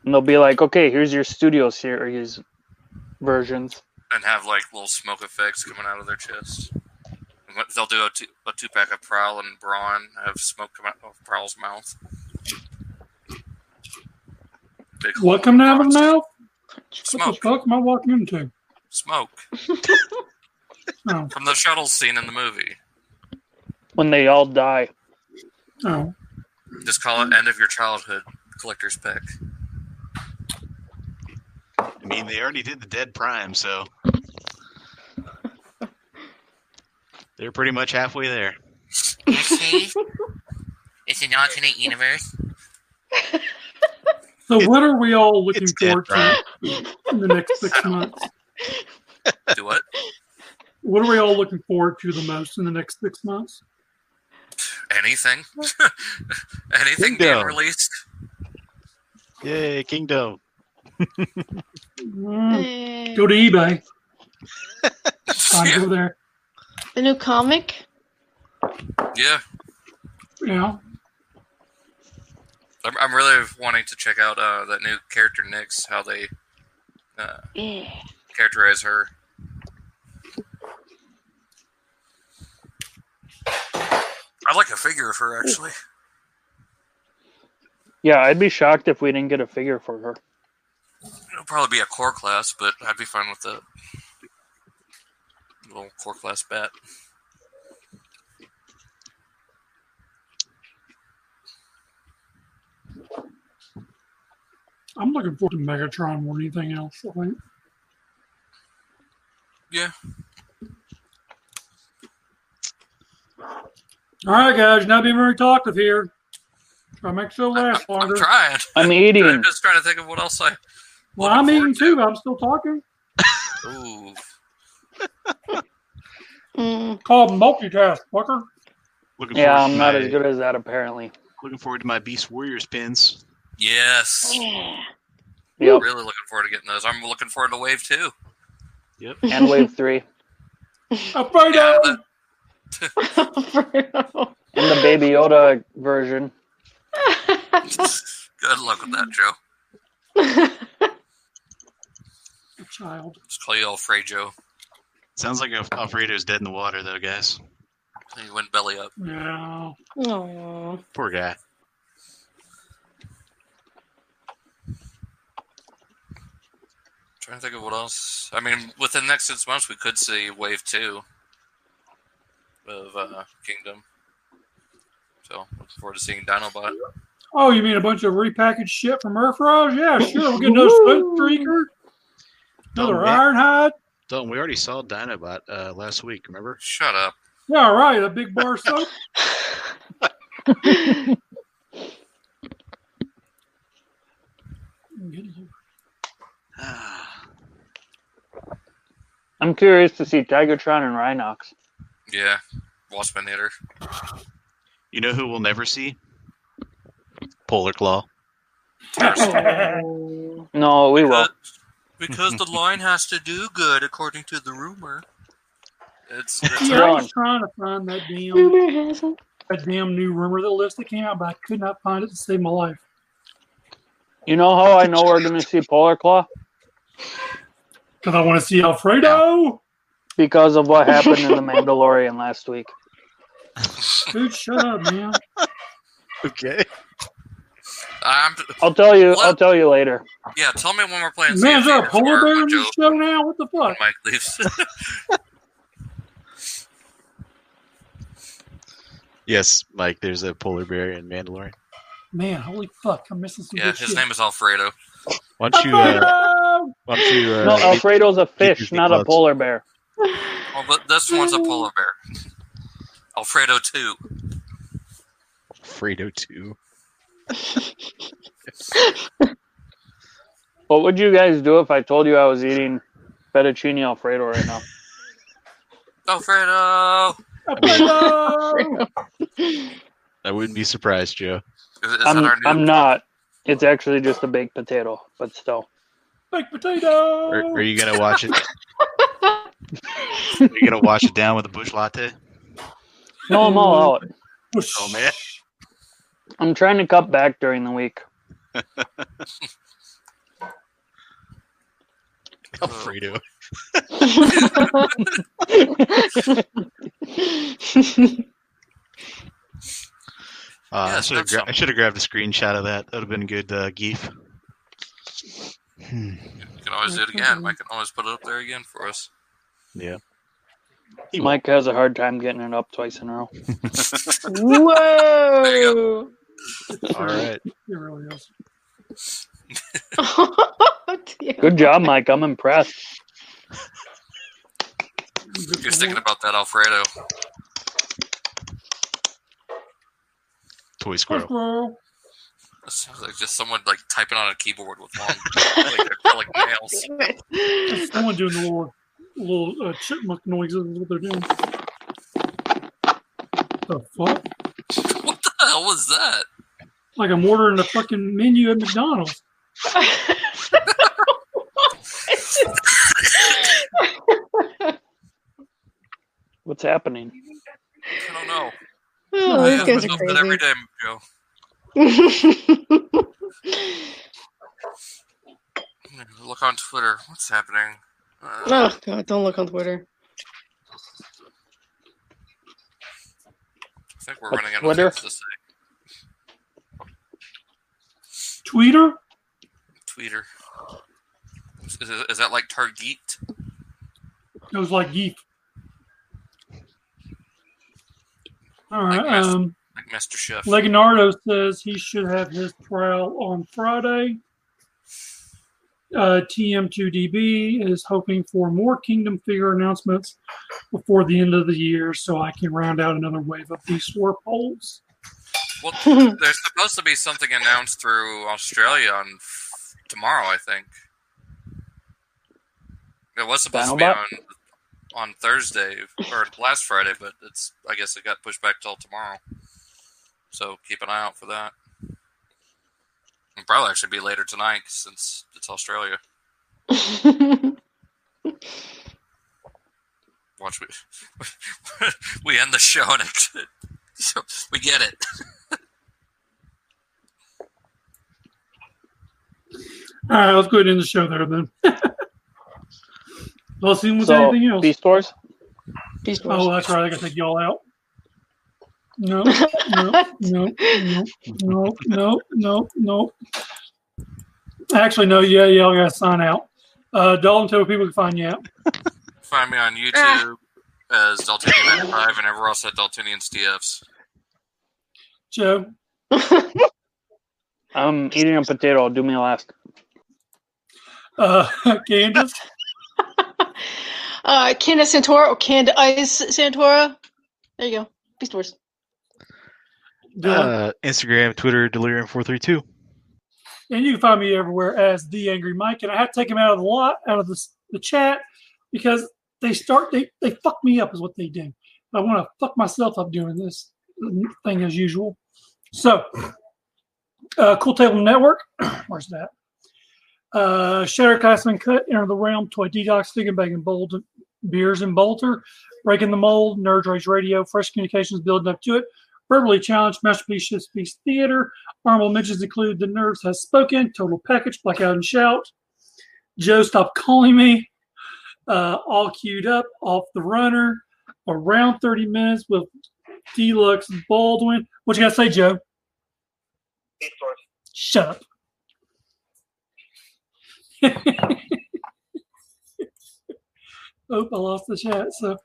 [SPEAKER 4] and they'll be like, "Okay, here's your Studio Series versions."
[SPEAKER 2] Ratchet. And have like little smoke effects coming out of their chest. And what- They'll do a two, a two pack of Prowl and Brawn. Have smoke come out of Prowl's mouth. Big hole
[SPEAKER 1] What coming out of
[SPEAKER 2] Brawn's-
[SPEAKER 1] his mouth? What the
[SPEAKER 2] Smoke.
[SPEAKER 1] fuck am I walking into?
[SPEAKER 2] Smoke.
[SPEAKER 1] Oh,
[SPEAKER 2] From the shuttle scene in the movie.
[SPEAKER 4] When they all die,
[SPEAKER 1] oh.
[SPEAKER 2] Just call it End of Your Childhood Collector's Pick.
[SPEAKER 5] I mean, they already did the Dead Prime, so they're pretty much halfway there.
[SPEAKER 2] You see? It's an alternate universe.
[SPEAKER 1] So what are we all looking
[SPEAKER 5] it's
[SPEAKER 1] forward
[SPEAKER 5] dead,
[SPEAKER 1] to in the next six months?
[SPEAKER 2] Do what?
[SPEAKER 1] What are we all looking forward to the most in the next six months?
[SPEAKER 2] Anything. Anything being
[SPEAKER 5] Bingo.
[SPEAKER 2] released.
[SPEAKER 5] Yay, Kingdom!
[SPEAKER 1] Mm, Go to eBay. I'd go there.
[SPEAKER 3] The new comic?
[SPEAKER 2] yeah.
[SPEAKER 1] Yeah.
[SPEAKER 2] I'm, I'm really wanting to check out uh, that new character Nyx, how they uh,
[SPEAKER 3] Yeah.
[SPEAKER 2] characterize her. I like a figure of her, actually.
[SPEAKER 4] yeah, I'd be shocked if we didn't get a figure for her.
[SPEAKER 2] It'll probably be a core class, but I'd be fine with that. Little core class bat.
[SPEAKER 1] I'm looking forward to Megatron more than anything else, I think.
[SPEAKER 2] Yeah.
[SPEAKER 1] All right, guys, not being very talkative here. Try to make sure it
[SPEAKER 2] I'm,
[SPEAKER 1] lasts
[SPEAKER 2] I'm
[SPEAKER 1] longer.
[SPEAKER 2] trying.
[SPEAKER 4] I'm
[SPEAKER 2] I'm
[SPEAKER 4] eating.
[SPEAKER 2] just trying to think of what else I.
[SPEAKER 1] Well, I'm
[SPEAKER 2] looking
[SPEAKER 1] eating too, but I'm still talking.
[SPEAKER 2] forward to. Ooh.
[SPEAKER 3] Mm.
[SPEAKER 1] Called multitask, fucker.
[SPEAKER 5] Looking
[SPEAKER 4] Yeah,
[SPEAKER 5] forward to
[SPEAKER 4] I'm not
[SPEAKER 5] my-
[SPEAKER 4] as good as that apparently.
[SPEAKER 5] Looking forward to my Beast Warriors pins.
[SPEAKER 2] Yes.
[SPEAKER 3] Yeah.
[SPEAKER 4] Yep,
[SPEAKER 2] Really looking forward to getting those. I'm looking forward to Wave 2.
[SPEAKER 4] and wave three.
[SPEAKER 1] Afraid
[SPEAKER 2] Yeah,
[SPEAKER 1] of
[SPEAKER 2] that,
[SPEAKER 4] in the Baby Yoda version.
[SPEAKER 2] Good luck with that, Joe.
[SPEAKER 1] A child.
[SPEAKER 2] Just call you Alfredo. Joe.
[SPEAKER 5] Sounds like Al- Alfredo's dead in the water, though, guys.
[SPEAKER 2] He went belly up.
[SPEAKER 1] Yeah.
[SPEAKER 3] Aw.
[SPEAKER 5] Poor guy.
[SPEAKER 2] Trying to think of what else. I mean, within the next six months, we could see Wave Two of uh, Kingdom. So looking forward to seeing Dinobot.
[SPEAKER 1] Oh, you mean a bunch of repackaged shit from Earthrise? Yeah, sure. We'll get another Smoke Streaker, another
[SPEAKER 2] Oh,
[SPEAKER 5] Don't-
[SPEAKER 1] Ironhide.
[SPEAKER 5] Dalton, we already saw Dinobot uh, last week, remember?
[SPEAKER 2] Shut up.
[SPEAKER 1] Yeah, right. A big bar of soap.
[SPEAKER 4] I'm curious to see Tigertron and Rhinox.
[SPEAKER 2] Yeah, Waspinator.
[SPEAKER 5] you know who we'll never see? Polar Claw.
[SPEAKER 3] Aw.
[SPEAKER 4] No,
[SPEAKER 2] Uh,
[SPEAKER 4] we will.
[SPEAKER 2] Because the line has to do good, according to the rumor. It's, it's
[SPEAKER 1] Yeah, I
[SPEAKER 4] Ron.
[SPEAKER 1] was trying to find that damn
[SPEAKER 3] Rumor has it.
[SPEAKER 1] that damn new rumor that list that came out, but I could not find it to save my life.
[SPEAKER 4] You know how I know we're going to see Polar Claw?
[SPEAKER 1] Because I want to see Alfredo.
[SPEAKER 4] Because of what happened in The Mandalorian last week.
[SPEAKER 1] Dude, shut up, man.
[SPEAKER 5] Okay.
[SPEAKER 2] I'm,
[SPEAKER 4] I'll tell you. I'll
[SPEAKER 2] What?
[SPEAKER 4] tell you later.
[SPEAKER 2] yeah, tell me when we're playing.
[SPEAKER 1] Man, is there a
[SPEAKER 2] CFA
[SPEAKER 1] polar
[SPEAKER 2] before
[SPEAKER 1] bear in
[SPEAKER 2] Joe-
[SPEAKER 1] this show now? What the
[SPEAKER 2] when
[SPEAKER 1] fuck?
[SPEAKER 2] Mike leaves.
[SPEAKER 5] Yes, Mike, there's a polar bear in Mandalorian.
[SPEAKER 1] Man, holy fuck. I'm missing some
[SPEAKER 2] yeah,
[SPEAKER 1] good
[SPEAKER 2] his
[SPEAKER 1] shit.
[SPEAKER 2] name is Alfredo.
[SPEAKER 5] Why don't you, uh,
[SPEAKER 1] Alfredo!
[SPEAKER 5] why don't you,
[SPEAKER 4] No,
[SPEAKER 5] uh, get-
[SPEAKER 4] Alfredo's a
[SPEAKER 5] your
[SPEAKER 4] fish,
[SPEAKER 5] feet
[SPEAKER 4] not a
[SPEAKER 5] closed.
[SPEAKER 4] polar bear.
[SPEAKER 2] Well, but this one's a polar bear. Alfredo too.
[SPEAKER 5] Alfredo too?
[SPEAKER 4] What would you guys do if I told you I was eating fettuccine Alfredo right now?
[SPEAKER 2] Alfredo.
[SPEAKER 1] Alfredo!
[SPEAKER 5] I wouldn't be surprised, Joe.
[SPEAKER 2] Is, is that
[SPEAKER 4] I'm,
[SPEAKER 2] our new?
[SPEAKER 4] I'm not. It's actually just a baked potato, but still.
[SPEAKER 1] Baked potato!
[SPEAKER 5] Are, are you gonna watch it? are you gonna watch it down with a bush latte?
[SPEAKER 4] No, I'm all out.
[SPEAKER 5] Oh man.
[SPEAKER 4] I'm trying to cut back during the week.
[SPEAKER 5] Alfredo. Uh,
[SPEAKER 2] Yeah,
[SPEAKER 5] I should have
[SPEAKER 2] that's
[SPEAKER 5] gra- I
[SPEAKER 2] something.
[SPEAKER 5] should have grabbed a screenshot of that. That'd have been a good uh, geef. Hmm.
[SPEAKER 2] You can always do it again. Mike can always put it up there again for us.
[SPEAKER 5] Yeah. He won't.
[SPEAKER 4] Mike has a hard time getting it up twice in a row.
[SPEAKER 3] Whoa.
[SPEAKER 5] All right.
[SPEAKER 1] It really is.
[SPEAKER 3] Oh, Damn.
[SPEAKER 4] Good job, Mike. I'm impressed.
[SPEAKER 2] You're thinking about that Alfredo.
[SPEAKER 5] Toy
[SPEAKER 1] Push,
[SPEAKER 5] squirrel.
[SPEAKER 1] bro.
[SPEAKER 2] That sounds like just someone like typing on a keyboard with long like, they're like nails.
[SPEAKER 1] It's someone doing the little, little uh, chipmunk noises is what they're doing. The fuck?
[SPEAKER 2] What the hell was that?
[SPEAKER 1] Like I'm ordering a fucking menu at McDonald's.
[SPEAKER 4] What's happening?
[SPEAKER 2] I don't know.
[SPEAKER 3] Oh,
[SPEAKER 2] I
[SPEAKER 3] these
[SPEAKER 2] have
[SPEAKER 3] guys
[SPEAKER 2] been
[SPEAKER 3] are
[SPEAKER 2] doing that every day, Joe. Look on Twitter. What's happening? Uh,
[SPEAKER 3] oh god, don't look on Twitter.
[SPEAKER 2] I think we're
[SPEAKER 4] What's
[SPEAKER 2] running out
[SPEAKER 4] Twitter?
[SPEAKER 2] of things to say.
[SPEAKER 1] Tweeter?
[SPEAKER 2] Tweeter. Is, is, is that like Targeet?
[SPEAKER 1] It was like yeet. All right.
[SPEAKER 2] Like mess-
[SPEAKER 1] Um,
[SPEAKER 2] Like Master Chef?
[SPEAKER 1] Leonardo says he should have his trial on Friday. Uh, TM2DB is hoping for more Kingdom figure announcements before the end of the year so I can round out another wave of these war polls.
[SPEAKER 2] Well, there's supposed to be something announced through Australia on f- tomorrow, I think. It was supposed
[SPEAKER 4] Dinobot?
[SPEAKER 2] to be on on Thursday or last Friday, but it's I guess it got pushed back till tomorrow. So keep an eye out for that. It'll probably actually be later tonight since it's Australia. Watch we we end the show and it, so we get it.
[SPEAKER 1] All right, let's go ahead and end the show there then. Unless anyone with
[SPEAKER 6] So,
[SPEAKER 1] anything else.
[SPEAKER 6] Beast Wars?
[SPEAKER 3] Beast Wars.
[SPEAKER 1] Oh, that's right. I gotta take y'all out. No, no, no, no, no, no, no, no. Actually, no. Yeah, yeah. I gotta sign out. Uh, Dalton, tell people can find you out.
[SPEAKER 2] Find me on YouTube as Daltonian95 and everywhere else at Daltonian's DFs.
[SPEAKER 1] Joe,
[SPEAKER 6] I'm eating a potato. Do me last.
[SPEAKER 1] uh, Candace,
[SPEAKER 3] uh, Candace Santora or Candice Santora. There you go. Beast Wars.
[SPEAKER 1] Dylan,
[SPEAKER 5] Uh, Instagram, Twitter, Delirium432.
[SPEAKER 1] and you can find me everywhere as the Angry Mike. And I had to take him out of the lot, out of the, s- the chat, because they start they they fuck me up is what they do. I want to fuck myself up doing this thing as usual. So, uh, Cool Table Network, where's that? Uh, Shattercast Uncut, Enter the Realm, Toy Detox, Digging Bag and Bold, Beers and Bolter, Breaking the Mold, Nerd Rage Radio, Fresh Communications, Building Up to It, Verbally Challenged, Masterpiece Shift Piece Theater, Honorable mentions include The Nerves Has Spoken, Total Package, Blackout and Shout, Joe Stop Calling Me, uh, All Queued Up, Off the Runner, Around 30 Minutes with Deluxe Baldwin. What you got to say, Joe? Shut up. oh, I lost the chat. So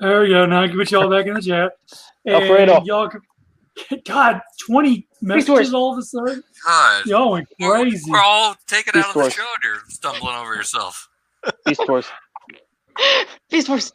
[SPEAKER 1] there we go. Now I can put y'all back in the chat. And
[SPEAKER 6] Alfredo.
[SPEAKER 1] Y'all can, God, 20 messages all of a sudden?
[SPEAKER 2] God.
[SPEAKER 1] Y'all went
[SPEAKER 2] We're-
[SPEAKER 1] crazy.
[SPEAKER 2] We're all taken out of the
[SPEAKER 6] Discourse.
[SPEAKER 2] show and you're stumbling over yourself.
[SPEAKER 6] Beast Wars.
[SPEAKER 3] Beast Wars.